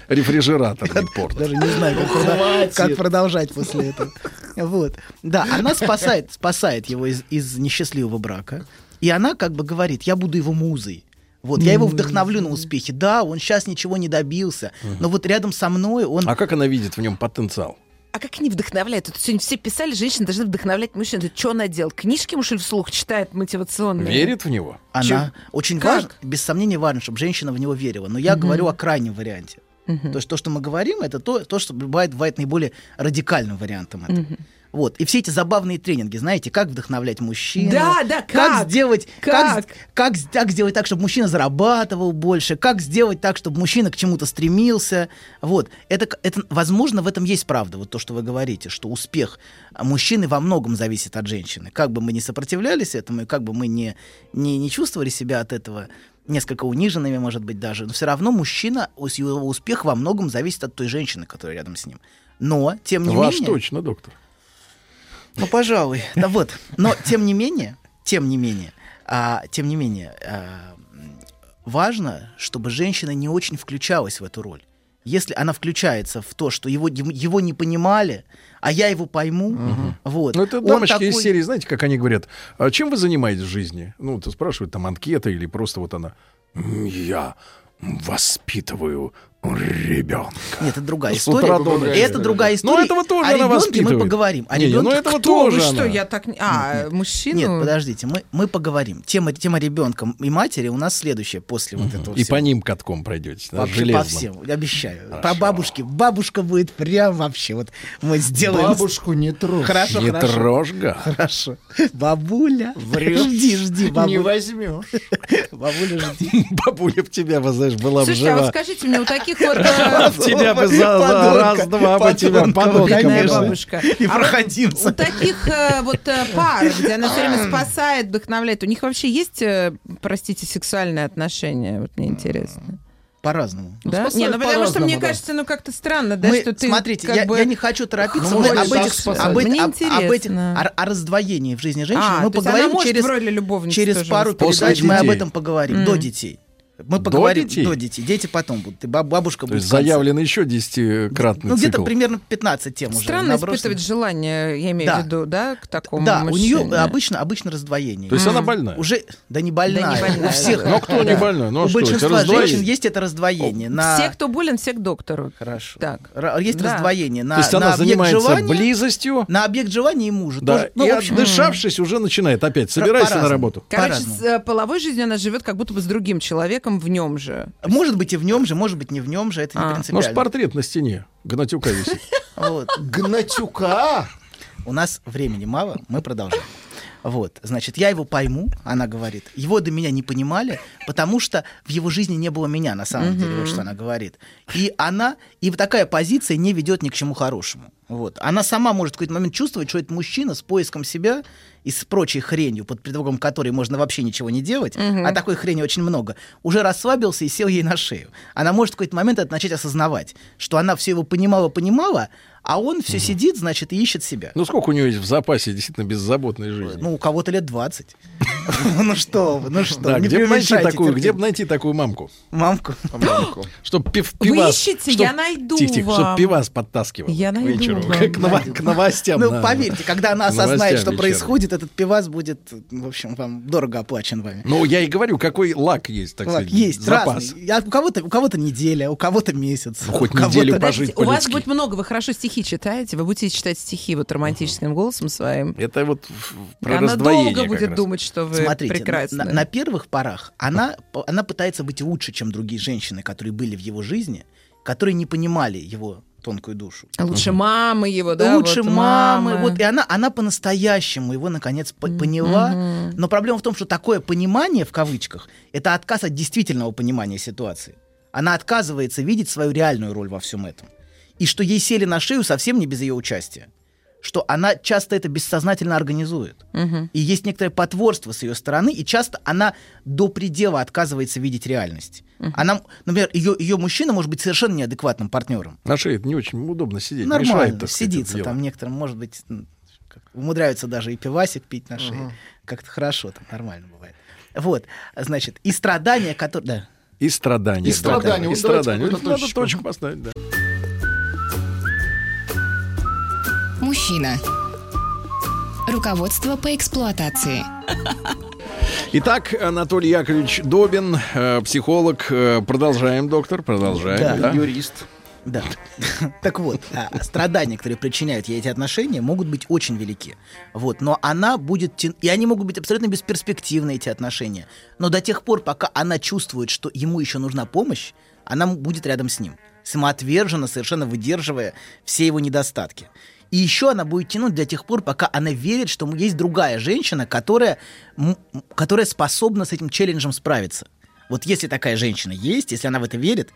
[SPEAKER 3] Рефрижератор, не порт.
[SPEAKER 4] Даже не знаю, как, прода-
[SPEAKER 6] хватит.
[SPEAKER 4] как продолжать после этого. Вот. Да, она спасает, спасает его из, из несчастливого брака. И она как бы говорит, я буду его музой. Вот, я его вдохновлю на успехи. Да, он сейчас ничего не добился, но вот рядом со мной он...
[SPEAKER 3] А как она видит в нем потенциал?
[SPEAKER 5] А как они вдохновляют? Тут сегодня все писали, женщины должны вдохновлять мужчин. Ты что она делает? Книжки, муж, или вслух читает мотивационные?
[SPEAKER 3] Верит в него?
[SPEAKER 4] Она
[SPEAKER 5] Чё?
[SPEAKER 4] очень
[SPEAKER 5] Как?
[SPEAKER 4] важно, без сомнения важно, чтобы женщина в него верила. Но я говорю о крайнем варианте. То есть то, что мы говорим, это то, то что бывает, бывает наиболее радикальным вариантом этого. Вот. И все эти забавные тренинги, знаете, как вдохновлять мужчин.
[SPEAKER 5] Да, да, как?
[SPEAKER 4] сделать, как? с-
[SPEAKER 5] Как?
[SPEAKER 4] как с- как сделать так, чтобы мужчина зарабатывал больше, как сделать так, чтобы мужчина к чему-то стремился. Вот. Это, к- это, возможно, в этом есть правда, вот то, что вы говорите, что успех а, мужчины во многом зависит от женщины. Как бы мы не сопротивлялись этому, и как бы мы не, не, не чувствовали себя от этого несколько униженными, может быть, даже, но все равно мужчина, ус- его успех во многом зависит от той женщины, которая рядом с ним. Но, тем не
[SPEAKER 3] Ваш
[SPEAKER 4] менее...
[SPEAKER 3] точно, доктор.
[SPEAKER 4] Ну, пожалуй. Да вот. Но тем не менее, тем не менее, а, тем не менее, а, м, важно, чтобы женщина не очень включалась в эту роль. Если она включается в то, что его, ем- его не понимали, а я его пойму, вот.
[SPEAKER 3] Ну, это
[SPEAKER 4] он
[SPEAKER 3] дамочки из
[SPEAKER 4] такой-
[SPEAKER 3] серии, знаете, как они говорят, «А чем вы занимаетесь в жизни? Ну, ты спрашивают, там, анкета или просто вот она. «М, Я воспитываю
[SPEAKER 7] ребенка.
[SPEAKER 4] Нет, это другая
[SPEAKER 3] С
[SPEAKER 4] история.
[SPEAKER 3] утра добрая
[SPEAKER 4] Это
[SPEAKER 3] история.
[SPEAKER 4] другая история.
[SPEAKER 3] Ну, этого тоже
[SPEAKER 4] О
[SPEAKER 3] она
[SPEAKER 4] ребенке мы
[SPEAKER 3] воспитывает.
[SPEAKER 4] поговорим. О
[SPEAKER 3] Не, ну,
[SPEAKER 4] ребенке
[SPEAKER 3] этого
[SPEAKER 4] кто
[SPEAKER 3] тоже
[SPEAKER 5] Вы
[SPEAKER 3] Боже,
[SPEAKER 5] что,
[SPEAKER 3] она.
[SPEAKER 5] я так... не- А, мужчину?
[SPEAKER 4] Нет, подождите, мы, мы поговорим. Тема, тема ребенка и матери у нас следующая после вот этого
[SPEAKER 3] И
[SPEAKER 4] всего.
[SPEAKER 3] по ним катком пройдете. да,
[SPEAKER 4] Вообще по
[SPEAKER 3] железным.
[SPEAKER 4] всем, обещаю. По бабушке. Бабушка будет прям вообще. Вот мы сделаем.
[SPEAKER 6] Бабушку не трожь.
[SPEAKER 4] Хорошо,
[SPEAKER 3] Не
[SPEAKER 4] хорошо.
[SPEAKER 3] трожь, га.
[SPEAKER 4] Хорошо. Бабуля.
[SPEAKER 6] Врешь.
[SPEAKER 4] Жди, жди,
[SPEAKER 6] Не
[SPEAKER 4] бабуля.
[SPEAKER 6] возьмешь.
[SPEAKER 4] Бабуля, жди.
[SPEAKER 3] Бабуля в тебя, бы, знаешь, была бы
[SPEAKER 5] Слушайте, а вот
[SPEAKER 3] жива.
[SPEAKER 5] скажите мне, у таких вот... э,
[SPEAKER 3] В тебя бы за- за
[SPEAKER 4] Подонка,
[SPEAKER 3] раз-два бы тебя
[SPEAKER 4] подонка,
[SPEAKER 3] подонка
[SPEAKER 5] бедная
[SPEAKER 4] конечно.
[SPEAKER 3] бы.
[SPEAKER 5] бабушка.
[SPEAKER 4] И
[SPEAKER 5] А вот У
[SPEAKER 4] проходимся.
[SPEAKER 5] таких э, вот э, пар, где она все время спасает, вдохновляет, у них вообще есть, э, простите, сексуальные отношения? Вот мне интересно.
[SPEAKER 4] По-разному.
[SPEAKER 5] Да?
[SPEAKER 6] спасают
[SPEAKER 5] Не, ну потому что
[SPEAKER 6] по-разному,
[SPEAKER 5] мне
[SPEAKER 6] да.
[SPEAKER 5] кажется, ну как-то странно, да,
[SPEAKER 4] Мы-
[SPEAKER 5] что ты
[SPEAKER 4] смотрите,
[SPEAKER 5] как
[SPEAKER 4] я,
[SPEAKER 5] бы-
[SPEAKER 4] я не хочу торопиться.
[SPEAKER 6] Ну,
[SPEAKER 4] Мы
[SPEAKER 6] можешь
[SPEAKER 4] об
[SPEAKER 6] так
[SPEAKER 4] этих,
[SPEAKER 6] спасать.
[SPEAKER 4] об,
[SPEAKER 5] Мне
[SPEAKER 4] этих- об- об этих-
[SPEAKER 5] интересно.
[SPEAKER 4] о, о раздвоении в жизни женщины
[SPEAKER 5] А,
[SPEAKER 4] мы
[SPEAKER 5] то есть
[SPEAKER 4] поговорим
[SPEAKER 5] она может
[SPEAKER 4] через,
[SPEAKER 5] в роли любовницы
[SPEAKER 4] через
[SPEAKER 5] тоже
[SPEAKER 4] пару
[SPEAKER 3] выступать. После
[SPEAKER 4] передач. Мы об
[SPEAKER 3] детей.
[SPEAKER 4] этом поговорим. До детей. Мы
[SPEAKER 3] До
[SPEAKER 4] поговорим
[SPEAKER 3] детей?
[SPEAKER 4] до детей. Дети потом будут. И баб- бабушка
[SPEAKER 3] То
[SPEAKER 4] будет.
[SPEAKER 3] есть
[SPEAKER 4] в конце.
[SPEAKER 3] заявлен еще десятикратный
[SPEAKER 4] Ну, где-то
[SPEAKER 3] цикл.
[SPEAKER 4] примерно 15 тем уже.
[SPEAKER 5] Странно
[SPEAKER 4] набросано.
[SPEAKER 5] испытывать желание, я имею
[SPEAKER 4] Да.
[SPEAKER 5] в виду, да, к такому
[SPEAKER 4] Да, у
[SPEAKER 5] мужчине.
[SPEAKER 4] нее обычно, обычно раздвоение.
[SPEAKER 3] То есть она больная?
[SPEAKER 4] Уже, да не больная.
[SPEAKER 5] Да не больная,
[SPEAKER 4] У всех.
[SPEAKER 3] Ну, кто не больной? Ну, а
[SPEAKER 4] у
[SPEAKER 3] что, это
[SPEAKER 4] большинства женщин
[SPEAKER 3] раздвоение.
[SPEAKER 4] есть это раздвоение. На...
[SPEAKER 5] Все, кто болен, все к доктору.
[SPEAKER 4] Хорошо.
[SPEAKER 5] Так.
[SPEAKER 4] Ра- Есть
[SPEAKER 5] Да.
[SPEAKER 4] раздвоение на,
[SPEAKER 3] То есть
[SPEAKER 4] на
[SPEAKER 3] она
[SPEAKER 4] объект
[SPEAKER 3] занимается
[SPEAKER 4] желания,
[SPEAKER 3] близостью,
[SPEAKER 4] на объект желания и мужа.
[SPEAKER 3] да,
[SPEAKER 4] Тоже- ну,
[SPEAKER 3] и
[SPEAKER 4] в общем,
[SPEAKER 3] отдышавшись уже начинает опять, собирайся на
[SPEAKER 4] по-разному.
[SPEAKER 3] работу.
[SPEAKER 5] Короче,
[SPEAKER 4] По-разному.
[SPEAKER 5] с э, половой жизнью она живет как будто бы с другим человеком в нем же.
[SPEAKER 4] Может быть и в нем же, может быть не в нем же, это
[SPEAKER 5] А,
[SPEAKER 4] не
[SPEAKER 3] Может,
[SPEAKER 4] принципиально.
[SPEAKER 3] портрет на стене Гнатюка висит.
[SPEAKER 4] Вот.
[SPEAKER 6] Гнатюка.
[SPEAKER 4] У нас времени мало, мы продолжаем. Вот, значит, я его пойму, она говорит. Его до меня не понимали, потому что в его жизни не было меня, на самом деле, вот что она говорит. И она, и вот такая позиция не ведет ни к чему хорошему. Вот. Она сама может в какой-то момент чувствовать, что это мужчина с поиском себя и с прочей хренью, под предлогом которой можно вообще ничего не делать, а такой хрени очень много, уже расслабился и сел ей на шею. Она может в какой-то момент это начать осознавать, что она все его понимала-понимала, а он все сидит, значит, и ищет себя.
[SPEAKER 3] Ну, сколько у нее есть в запасе действительно беззаботной жизни?
[SPEAKER 4] Ну, у кого-то лет 20. Ну что вы, ну что,
[SPEAKER 3] да,
[SPEAKER 4] вы, не
[SPEAKER 3] где бы найти
[SPEAKER 4] превышайте
[SPEAKER 3] такую,
[SPEAKER 4] терпение.
[SPEAKER 3] где бы найти такую мамку?
[SPEAKER 4] Мамку. Ну,
[SPEAKER 3] Чтоб пив, пивас,
[SPEAKER 5] ищете,
[SPEAKER 3] чтоб-
[SPEAKER 5] я найду
[SPEAKER 3] Тихо, тихо,
[SPEAKER 5] вам.
[SPEAKER 3] чтоб пивас подтаскивал
[SPEAKER 5] Я
[SPEAKER 3] к
[SPEAKER 5] найду
[SPEAKER 3] вечеру,
[SPEAKER 5] вам.
[SPEAKER 3] к, ново- к новостям.
[SPEAKER 4] Ну,
[SPEAKER 3] да.
[SPEAKER 4] поверьте, когда она
[SPEAKER 3] К новостям
[SPEAKER 4] осознает, что
[SPEAKER 3] вечерним.
[SPEAKER 4] происходит, этот пивас будет, в общем, вам дорого оплачен вами.
[SPEAKER 3] Ну, я и говорю, какой лак есть, так
[SPEAKER 4] Ладно,
[SPEAKER 3] сказать,
[SPEAKER 4] Есть
[SPEAKER 3] запас.
[SPEAKER 4] разные. Я- У кого-то, у кого-то неделя, у кого-то месяц.
[SPEAKER 3] Ну, хоть
[SPEAKER 4] у кого-то-
[SPEAKER 3] неделю пожить.
[SPEAKER 5] Подождите, у вас
[SPEAKER 3] по-людски.
[SPEAKER 5] будет много, вы хорошо стихи читаете, вы будете читать стихи вот романтическим голосом своим.
[SPEAKER 3] Это вот в- в- про
[SPEAKER 5] Она
[SPEAKER 3] раздвоение
[SPEAKER 5] долго
[SPEAKER 3] как
[SPEAKER 5] будет
[SPEAKER 3] раз.
[SPEAKER 5] думать, что вы
[SPEAKER 4] Смотрите,
[SPEAKER 5] прекрасны.
[SPEAKER 4] на, на первых порах она, п- она пытается быть лучше, чем другие женщины, которые были в его жизни, которые не понимали его тонкую душу.
[SPEAKER 5] Лучше мамы его, да?
[SPEAKER 4] лучше
[SPEAKER 5] вот
[SPEAKER 4] мамы. Вот, и она, она по-настоящему его, наконец, по- поняла. Но проблема в том, что такое понимание, в кавычках, это отказ от действительного понимания ситуации. Она отказывается видеть свою реальную роль во всем этом. И что ей сели на шею совсем не без ее участия. Что она часто это бессознательно организует. И есть некоторое потворство с ее стороны, и часто она до предела отказывается видеть реальность. Она, например, ее, ее мужчина может быть совершенно неадекватным партнером.
[SPEAKER 3] На шее это не очень удобно сидеть.
[SPEAKER 4] Нормально,
[SPEAKER 3] мешает, так сказать,
[SPEAKER 4] сидится
[SPEAKER 3] это дело.
[SPEAKER 4] там некоторым, может быть, м, как- умудряются даже и пивасик пить на шее. Как-то хорошо там, нормально бывает. Вот, значит, и страдания, которые... Да.
[SPEAKER 3] И страдания.
[SPEAKER 6] И страдания.
[SPEAKER 3] Да,
[SPEAKER 6] Вот
[SPEAKER 3] И страдания.
[SPEAKER 6] давайте
[SPEAKER 3] Вот
[SPEAKER 6] какую-то
[SPEAKER 3] Надо
[SPEAKER 6] точечку.
[SPEAKER 3] точку поставить, да.
[SPEAKER 2] Мужчина. Руководство по эксплуатации.
[SPEAKER 3] Итак, Анатолий Яковлевич Добин, э, психолог. Э, продолжаем, доктор,
[SPEAKER 4] Да.
[SPEAKER 3] продолжаем. да?
[SPEAKER 6] Юрист.
[SPEAKER 4] Да. Так вот, а, страдания, которые причиняют ей эти отношения, могут быть очень велики. Вот, но она будет... тя- И они могут быть абсолютно бесперспективны, эти отношения. Но до тех пор, пока она чувствует, что ему еще нужна помощь, она м- будет рядом с ним. Самоотверженно, совершенно выдерживая все его недостатки. И еще она будет тянуть до тех пор, пока она верит, что м- есть другая женщина, которая, м- м- которая способна с этим челленджем справиться. Вот если такая женщина есть, если она в это верит,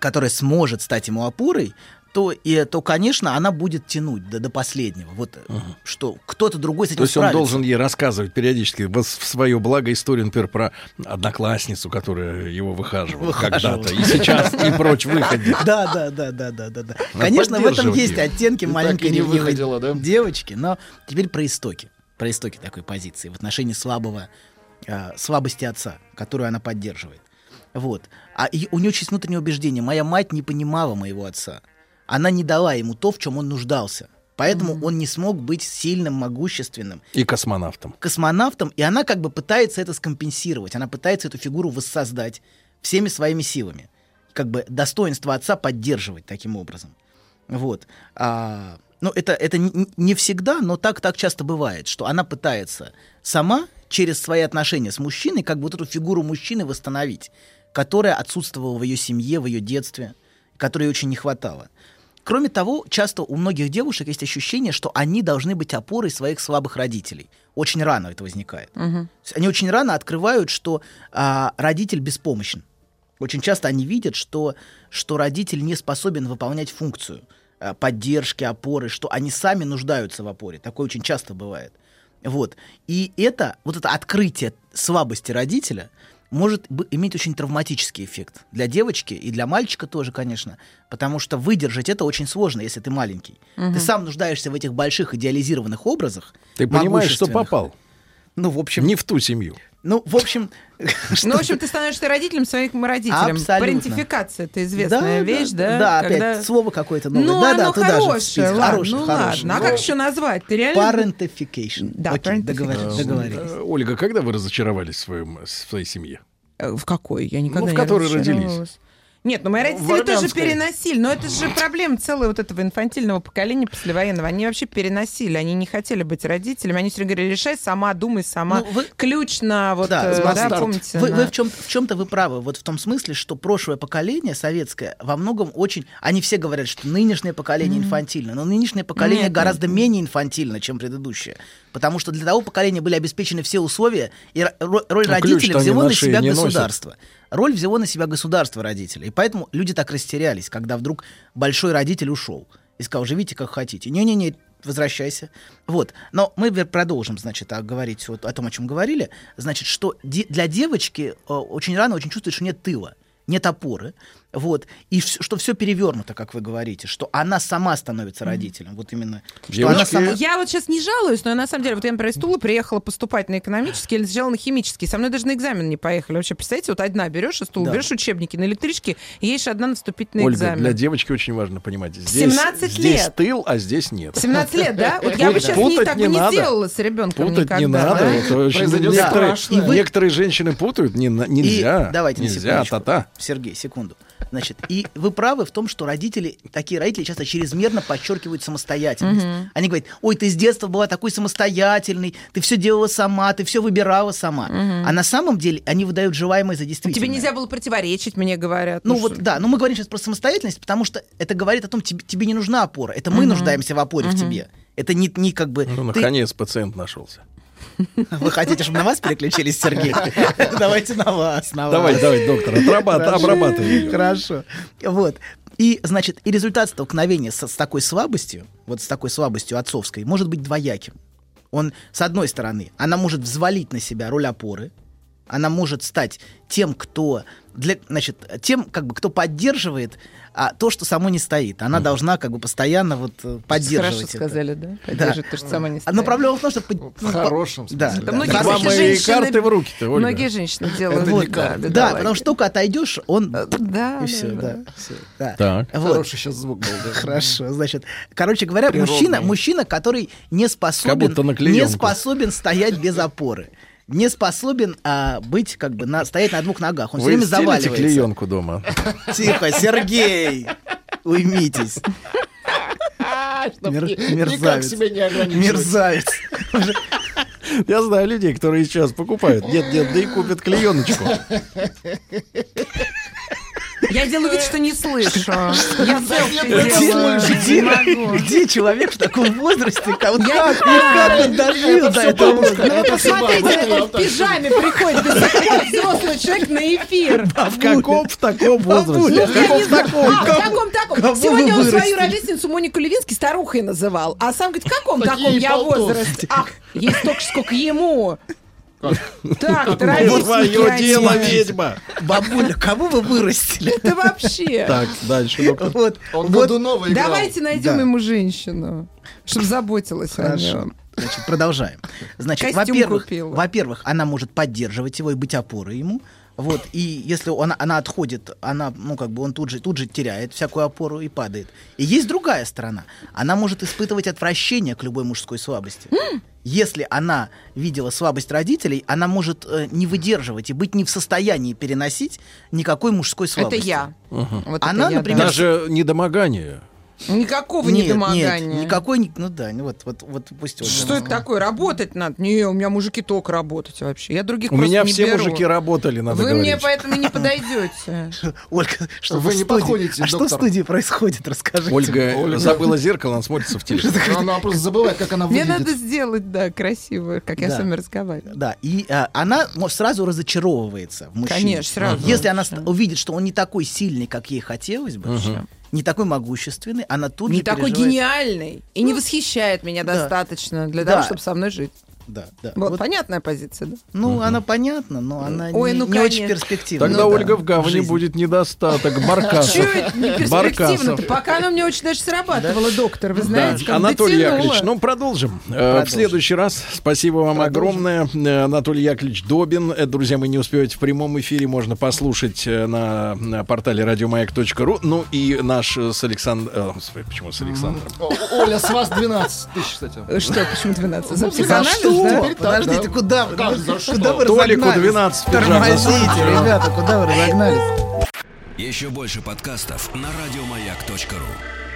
[SPEAKER 4] которая сможет стать ему опорой, то, и, то конечно, она будет тянуть до, до последнего. Вот э, что кто-то другой с этим
[SPEAKER 3] То есть он
[SPEAKER 4] справится.
[SPEAKER 3] должен ей рассказывать периодически в в свое благо историю, например, про одноклассницу, которая его выхаживала,
[SPEAKER 4] Выхаживала.
[SPEAKER 3] когда-то. И сейчас, и прочь выходит.
[SPEAKER 4] Да, да, да, да, да, да, да. Конечно, в этом
[SPEAKER 3] поддерживать
[SPEAKER 4] есть
[SPEAKER 3] ее.
[SPEAKER 4] оттенки
[SPEAKER 6] И так
[SPEAKER 4] маленькой
[SPEAKER 6] и не
[SPEAKER 4] ревнивой
[SPEAKER 6] выходила, да?
[SPEAKER 4] девочки, но теперь про истоки. Про истоки такой позиции в отношении слабого, а, слабости отца, которую она поддерживает. Вот. А и у нее очень внутреннее убеждение. Моя мать не понимала моего отца. Она не дала ему то, в чем он нуждался. Поэтому он не смог быть сильным, могущественным.
[SPEAKER 3] И космонавтом.
[SPEAKER 4] космонавтом, и она как бы пытается это скомпенсировать. Она пытается эту фигуру воссоздать всеми своими силами. как бы достоинство отца поддерживать таким образом. Вот. А, ну, это, это не, не всегда, но так, так часто бывает, что она пытается сама через свои отношения с мужчиной как бы вот эту фигуру мужчины восстановить, которая отсутствовала в ее семье, в ее детстве, которой ей очень не хватало. Кроме того, часто у многих девушек есть ощущение, что они должны быть опорой своих слабых родителей. Очень рано это возникает.
[SPEAKER 5] Мгм.
[SPEAKER 4] То есть они очень рано открывают, что а, родитель беспомощен. Очень часто они видят, что, что родитель не способен выполнять функцию а, поддержки, опоры, что они сами нуждаются в опоре. Такое очень часто бывает. Вот. И это, вот это открытие слабости родителя может бы- иметь очень травматический эффект для девочки и для мальчика тоже, конечно, потому что выдержать это очень сложно, если ты маленький. Ты сам нуждаешься в этих больших идеализированных образах.
[SPEAKER 3] Ты понимаешь, что
[SPEAKER 4] могущественных.
[SPEAKER 3] попал?
[SPEAKER 4] Ну, в общем,
[SPEAKER 3] Не в ту семью.
[SPEAKER 4] ну, в общем,
[SPEAKER 5] Ну, в общем, ты становишься родителем своих родителям.
[SPEAKER 4] Абсолютно.
[SPEAKER 5] Парентификация это известная вещь, да?
[SPEAKER 4] Да, опять
[SPEAKER 5] когда-
[SPEAKER 4] слово какое-то новое.
[SPEAKER 5] Ну,
[SPEAKER 4] да,
[SPEAKER 5] оно
[SPEAKER 4] да, туда же в
[SPEAKER 5] хорошее,
[SPEAKER 4] список.
[SPEAKER 5] ладно,
[SPEAKER 4] Хорошее,
[SPEAKER 5] ну
[SPEAKER 4] хорошее.
[SPEAKER 5] ладно. А как еще назвать? Ты реально...
[SPEAKER 4] Parentification.
[SPEAKER 5] Да,
[SPEAKER 4] Окей,
[SPEAKER 5] parentification.
[SPEAKER 4] договорились, договорились.
[SPEAKER 3] Э, Ольга, когда вы разочаровались в, своем, в своей семье?
[SPEAKER 5] Э, В какой? Я никогда
[SPEAKER 3] Ну, в
[SPEAKER 5] не
[SPEAKER 3] которой
[SPEAKER 5] разочаровалась.
[SPEAKER 3] родились.
[SPEAKER 5] Нет, ну мои
[SPEAKER 6] В
[SPEAKER 5] родители тоже
[SPEAKER 6] армянской.
[SPEAKER 5] переносили. Но это же проблема целая вот этого инфантильного поколения послевоенного. Они вообще переносили. Они не хотели быть родителями. Они все время говорили, решай сама, думай сама.
[SPEAKER 4] Ну, вы-
[SPEAKER 5] Ключ на вот...
[SPEAKER 4] Да,
[SPEAKER 5] э, Да,
[SPEAKER 4] бастард.
[SPEAKER 5] помните?
[SPEAKER 4] Вы,
[SPEAKER 5] на-
[SPEAKER 4] вы в, чем, в чем-то вы правы, вот в том смысле, что прошлое поколение советское во многом очень... Они все говорят, что нынешнее поколение инфантильно, но нынешнее поколение
[SPEAKER 5] Нет,
[SPEAKER 4] гораздо менее инфантильно, чем предыдущее. Потому что для того поколения были обеспечены все условия, и ро- ро- роль
[SPEAKER 3] Ну,
[SPEAKER 4] родителя
[SPEAKER 3] ключ-то они
[SPEAKER 4] взяло
[SPEAKER 3] на
[SPEAKER 4] на
[SPEAKER 3] шее
[SPEAKER 4] себя
[SPEAKER 3] не носят.
[SPEAKER 4] государство. Роль взяло на себя государство родителей. И поэтому люди так растерялись, когда вдруг большой родитель ушел и сказал, живите как хотите. Не-не-не, возвращайся. Вот. Но мы вер- продолжим, значит, а, говорить вот о том, о чем говорили. Значит, что де- для девочки э, очень рано очень чувствует, что нет тыла, нет опоры. Вот. И вс- что все перевернуто, как вы говорите, что она сама становится родителем. Вот именно. Что она
[SPEAKER 3] Девочки-
[SPEAKER 4] сама...
[SPEAKER 5] Я вот сейчас не жалуюсь, но я на самом деле, вот я, например, из Тулы приехала поступать на экономический или сначала на химический. Со мной даже на экзамен не поехали. Вообще, представляете, вот одна берешь из Тулы,
[SPEAKER 4] Да.
[SPEAKER 5] берешь учебники на электричке, и едешь одна на вступительный
[SPEAKER 3] Ольга,
[SPEAKER 5] экзамен.
[SPEAKER 3] для девочки очень важно понимать. Здесь,
[SPEAKER 5] 17
[SPEAKER 3] здесь
[SPEAKER 5] лет.
[SPEAKER 3] тыл, а здесь нет.
[SPEAKER 5] 17 лет, да? Вот я бы
[SPEAKER 3] Путать
[SPEAKER 5] сейчас не,
[SPEAKER 3] не
[SPEAKER 5] так бы не
[SPEAKER 3] надо.
[SPEAKER 5] сделала с ребенком
[SPEAKER 3] Путать
[SPEAKER 5] никогда.
[SPEAKER 3] не надо.
[SPEAKER 5] да?
[SPEAKER 3] это очень-
[SPEAKER 6] Произойдет
[SPEAKER 3] некоторые,
[SPEAKER 6] страшное.
[SPEAKER 3] и вы- некоторые женщины путают, не, на- нельзя.
[SPEAKER 4] И, давайте на
[SPEAKER 3] нельзя,
[SPEAKER 4] секундочку.
[SPEAKER 3] та-та.
[SPEAKER 4] Сергей, секунду. Значит, и вы правы в том, что родители, такие родители часто чрезмерно подчеркивают самостоятельность. Они говорят, ой, ты с детства была такой самостоятельной, ты все делала сама, ты все выбирала сама. А на самом деле они выдают желаемое за действительное.
[SPEAKER 5] А Тебе нельзя было противоречить, мне говорят.
[SPEAKER 4] Ну
[SPEAKER 5] что-
[SPEAKER 4] вот, да, но мы говорим сейчас про самостоятельность, потому что это говорит о том, тебе, тебе не нужна опора. Это мы нуждаемся в опоре в тебе. Это не, не как бы...
[SPEAKER 3] Ну,
[SPEAKER 4] ты-
[SPEAKER 3] наконец, пациент нашелся.
[SPEAKER 4] Вы хотите, чтобы на вас переключились, Сергей? Давайте на вас, на вас.
[SPEAKER 3] Давай, давай, доктор, отрабат-
[SPEAKER 4] Хорошо.
[SPEAKER 3] обрабатывай ее.
[SPEAKER 4] Хорошо. Вот. И, значит, и результат столкновения со- с, такой слабостью, вот с такой слабостью отцовской, может быть двояким. Он, с одной стороны, она может взвалить на себя роль опоры, она может стать тем, кто, для, значит, тем, как бы, кто поддерживает а, то, что само не стоит. Она должна, как бы, постоянно вот э, поддерживать
[SPEAKER 5] Хорошо
[SPEAKER 4] это.
[SPEAKER 5] сказали, да? Поддерживать то же самое не
[SPEAKER 4] А, Но
[SPEAKER 5] ставит.
[SPEAKER 4] проблема в том, что... под-
[SPEAKER 6] В
[SPEAKER 4] ну, по-
[SPEAKER 6] хорошем смысле.
[SPEAKER 4] Да, да.
[SPEAKER 5] многие
[SPEAKER 4] Раз-
[SPEAKER 3] Вам
[SPEAKER 5] Здравствуйте,
[SPEAKER 3] и
[SPEAKER 5] женщины.
[SPEAKER 3] карты в руки-то, Ольга.
[SPEAKER 5] Многие женщины делают.
[SPEAKER 6] Это
[SPEAKER 5] вот,
[SPEAKER 6] не карты.
[SPEAKER 5] да,
[SPEAKER 4] Да,
[SPEAKER 5] бедолаги.
[SPEAKER 4] потому что только отойдешь, он...
[SPEAKER 5] Э, Да,
[SPEAKER 4] И все, да. всё, да.
[SPEAKER 3] Так.
[SPEAKER 4] Вот.
[SPEAKER 6] Хороший сейчас звук был. да.
[SPEAKER 4] Хорошо, значит, короче говоря,
[SPEAKER 6] Природный.
[SPEAKER 4] мужчина, мужчина, который не
[SPEAKER 3] Как
[SPEAKER 4] способен,
[SPEAKER 3] будто на
[SPEAKER 4] не
[SPEAKER 3] клеёнку.
[SPEAKER 4] способен стоять без опоры, не способен а, быть как бы на, стоять на двух ногах, он все
[SPEAKER 3] Вы
[SPEAKER 4] время
[SPEAKER 3] стелите
[SPEAKER 4] заваливается.
[SPEAKER 3] клеенку дома.
[SPEAKER 4] Тихо, Сергей, уймитесь,
[SPEAKER 6] А, чтоб
[SPEAKER 4] Мер-
[SPEAKER 6] ни- Никак
[SPEAKER 4] мерзавец.
[SPEAKER 6] себя не ограничивать.
[SPEAKER 4] мерзавец.
[SPEAKER 3] Я знаю людей, которые сейчас покупают. Нет, нет, да и купят клееночку.
[SPEAKER 5] Я делаю вид, что не слышу. Я селфи делаю.
[SPEAKER 4] Где, где- где человек в таком возрасте, как, вот
[SPEAKER 5] Я
[SPEAKER 4] как, как он дожил до этого? возраста?
[SPEAKER 5] Ну вы посмотрите, он в пижаме приходит высокий взрослый человек на эфир.
[SPEAKER 3] В каком в таком
[SPEAKER 5] Ну,
[SPEAKER 3] возрасте? В
[SPEAKER 5] я
[SPEAKER 3] каком
[SPEAKER 5] не
[SPEAKER 3] в
[SPEAKER 5] знаю.
[SPEAKER 3] таком?
[SPEAKER 5] А, в
[SPEAKER 4] кого
[SPEAKER 5] каком таком?
[SPEAKER 4] вы
[SPEAKER 5] Сегодня он свою
[SPEAKER 4] вырастили?
[SPEAKER 5] ровесницу Монику Левинский старухой называл. А сам говорит, в каком
[SPEAKER 6] Так
[SPEAKER 5] таком
[SPEAKER 6] ей
[SPEAKER 5] я
[SPEAKER 6] полтос.
[SPEAKER 5] возрасте? Ах, есть столько, же, сколько ему. Так, ты
[SPEAKER 3] Твое дело,
[SPEAKER 5] ровесник.
[SPEAKER 3] ведьма.
[SPEAKER 4] Бабуля, кого вы вырастили?
[SPEAKER 5] Это вообще.
[SPEAKER 3] Так, дальше, доктор.
[SPEAKER 4] Вот,
[SPEAKER 6] Он
[SPEAKER 4] вот,
[SPEAKER 6] Годунова играл.
[SPEAKER 5] Давайте найдем
[SPEAKER 4] Да.
[SPEAKER 5] ему женщину, чтобы заботилась о
[SPEAKER 4] Хорошо.
[SPEAKER 5] нем.
[SPEAKER 4] Значит, продолжаем. Значит,
[SPEAKER 5] Костюм
[SPEAKER 4] во-первых,
[SPEAKER 5] купила.
[SPEAKER 4] во-первых, она может поддерживать его и быть опорой ему. Вот, и если он, она отходит, она, ну, как бы он тут же, тут же теряет всякую опору и падает. И есть другая сторона. Она может испытывать отвращение к любой мужской слабости. Если она видела слабость родителей, она может э, не выдерживать и быть не в состоянии переносить никакой мужской
[SPEAKER 5] Это
[SPEAKER 4] слабости.
[SPEAKER 5] я. Вот это
[SPEAKER 4] Она,
[SPEAKER 5] я, да.
[SPEAKER 4] например,
[SPEAKER 3] Даже недомогание.
[SPEAKER 5] Никакого
[SPEAKER 4] Нет,
[SPEAKER 5] недомогания.
[SPEAKER 4] Нет, никакой, не- ну да, ну вот, вот, вот пусть. он-
[SPEAKER 5] Что это такое? Работать надо? Не, у меня мужики только работать вообще. Я других
[SPEAKER 3] У
[SPEAKER 5] просто
[SPEAKER 3] меня
[SPEAKER 5] не
[SPEAKER 3] все
[SPEAKER 5] беру.
[SPEAKER 3] мужики работали, надо
[SPEAKER 5] Вы
[SPEAKER 3] говорить.
[SPEAKER 5] мне поэтому не подойдете.
[SPEAKER 4] Ольга, что
[SPEAKER 6] Вы
[SPEAKER 4] в
[SPEAKER 6] не
[SPEAKER 4] студии-
[SPEAKER 6] подходите,
[SPEAKER 4] А что в
[SPEAKER 6] доктор.
[SPEAKER 4] студии происходит, расскажите.
[SPEAKER 3] Ольга,
[SPEAKER 6] Ольга.
[SPEAKER 3] забыла зеркало, она смотрится в телевизор.
[SPEAKER 6] Ну, Она просто забывает, как она
[SPEAKER 5] Мне
[SPEAKER 6] выглядит.
[SPEAKER 5] надо сделать, да, красиво, как я
[SPEAKER 4] Да.
[SPEAKER 5] с вами разговариваю.
[SPEAKER 4] Да, и э, она мо- сразу разочаровывается в мужчине.
[SPEAKER 5] Конечно, сразу.
[SPEAKER 4] Если она ст- увидит, что он не такой сильный, как ей хотелось бы, не такой могущественный, она тут
[SPEAKER 5] Не
[SPEAKER 4] же
[SPEAKER 5] такой
[SPEAKER 4] переживает-
[SPEAKER 5] гениальный и
[SPEAKER 3] Ну,
[SPEAKER 5] не восхищает меня
[SPEAKER 4] да.
[SPEAKER 5] достаточно для
[SPEAKER 4] Да.
[SPEAKER 5] того, чтобы со мной жить.
[SPEAKER 4] Да, да.
[SPEAKER 5] Вот,
[SPEAKER 4] Вот.
[SPEAKER 5] понятная позиция, да?
[SPEAKER 4] Ну, она понятна, но она
[SPEAKER 5] Ой,
[SPEAKER 4] не,
[SPEAKER 5] ну,
[SPEAKER 4] не очень
[SPEAKER 5] конечно.
[SPEAKER 4] перспективна.
[SPEAKER 3] Тогда
[SPEAKER 4] да,
[SPEAKER 3] Ольга в гавани
[SPEAKER 4] жизни.
[SPEAKER 3] будет недостаток А баркасов.
[SPEAKER 5] Ну Чё это не перспективно
[SPEAKER 3] Баркасов.
[SPEAKER 5] Пока она мне очень даже срабатывала, доктор, вы знаете, как
[SPEAKER 3] Анатолий
[SPEAKER 5] дотянула.
[SPEAKER 3] Яковлевич, ну продолжим. Э, В следующий раз. Спасибо вам огромное. Э, Анатолий Яковлевич Добин. Э, Друзья, мы не успеваете в прямом эфире. Можно послушать э, на, на портале радиомаяк.ру. Ну и наш э, с Александром... Почему с Александром?
[SPEAKER 6] О, Оля, с вас 12 тысяч, кстати.
[SPEAKER 5] Что, почему 12? За
[SPEAKER 6] Ну,
[SPEAKER 4] За
[SPEAKER 5] психоанализ,
[SPEAKER 4] что?
[SPEAKER 5] да?
[SPEAKER 6] Теперь так,
[SPEAKER 4] Подождите,
[SPEAKER 6] да.
[SPEAKER 4] куда вы?
[SPEAKER 6] Как, за что?
[SPEAKER 4] Куда вы
[SPEAKER 3] Толику
[SPEAKER 4] разогнались?
[SPEAKER 3] 12 в пиджак засунуть.
[SPEAKER 4] Тормозите, ребята, куда вы разогнались?
[SPEAKER 8] Еще больше подкастов на радиомаяк.ру.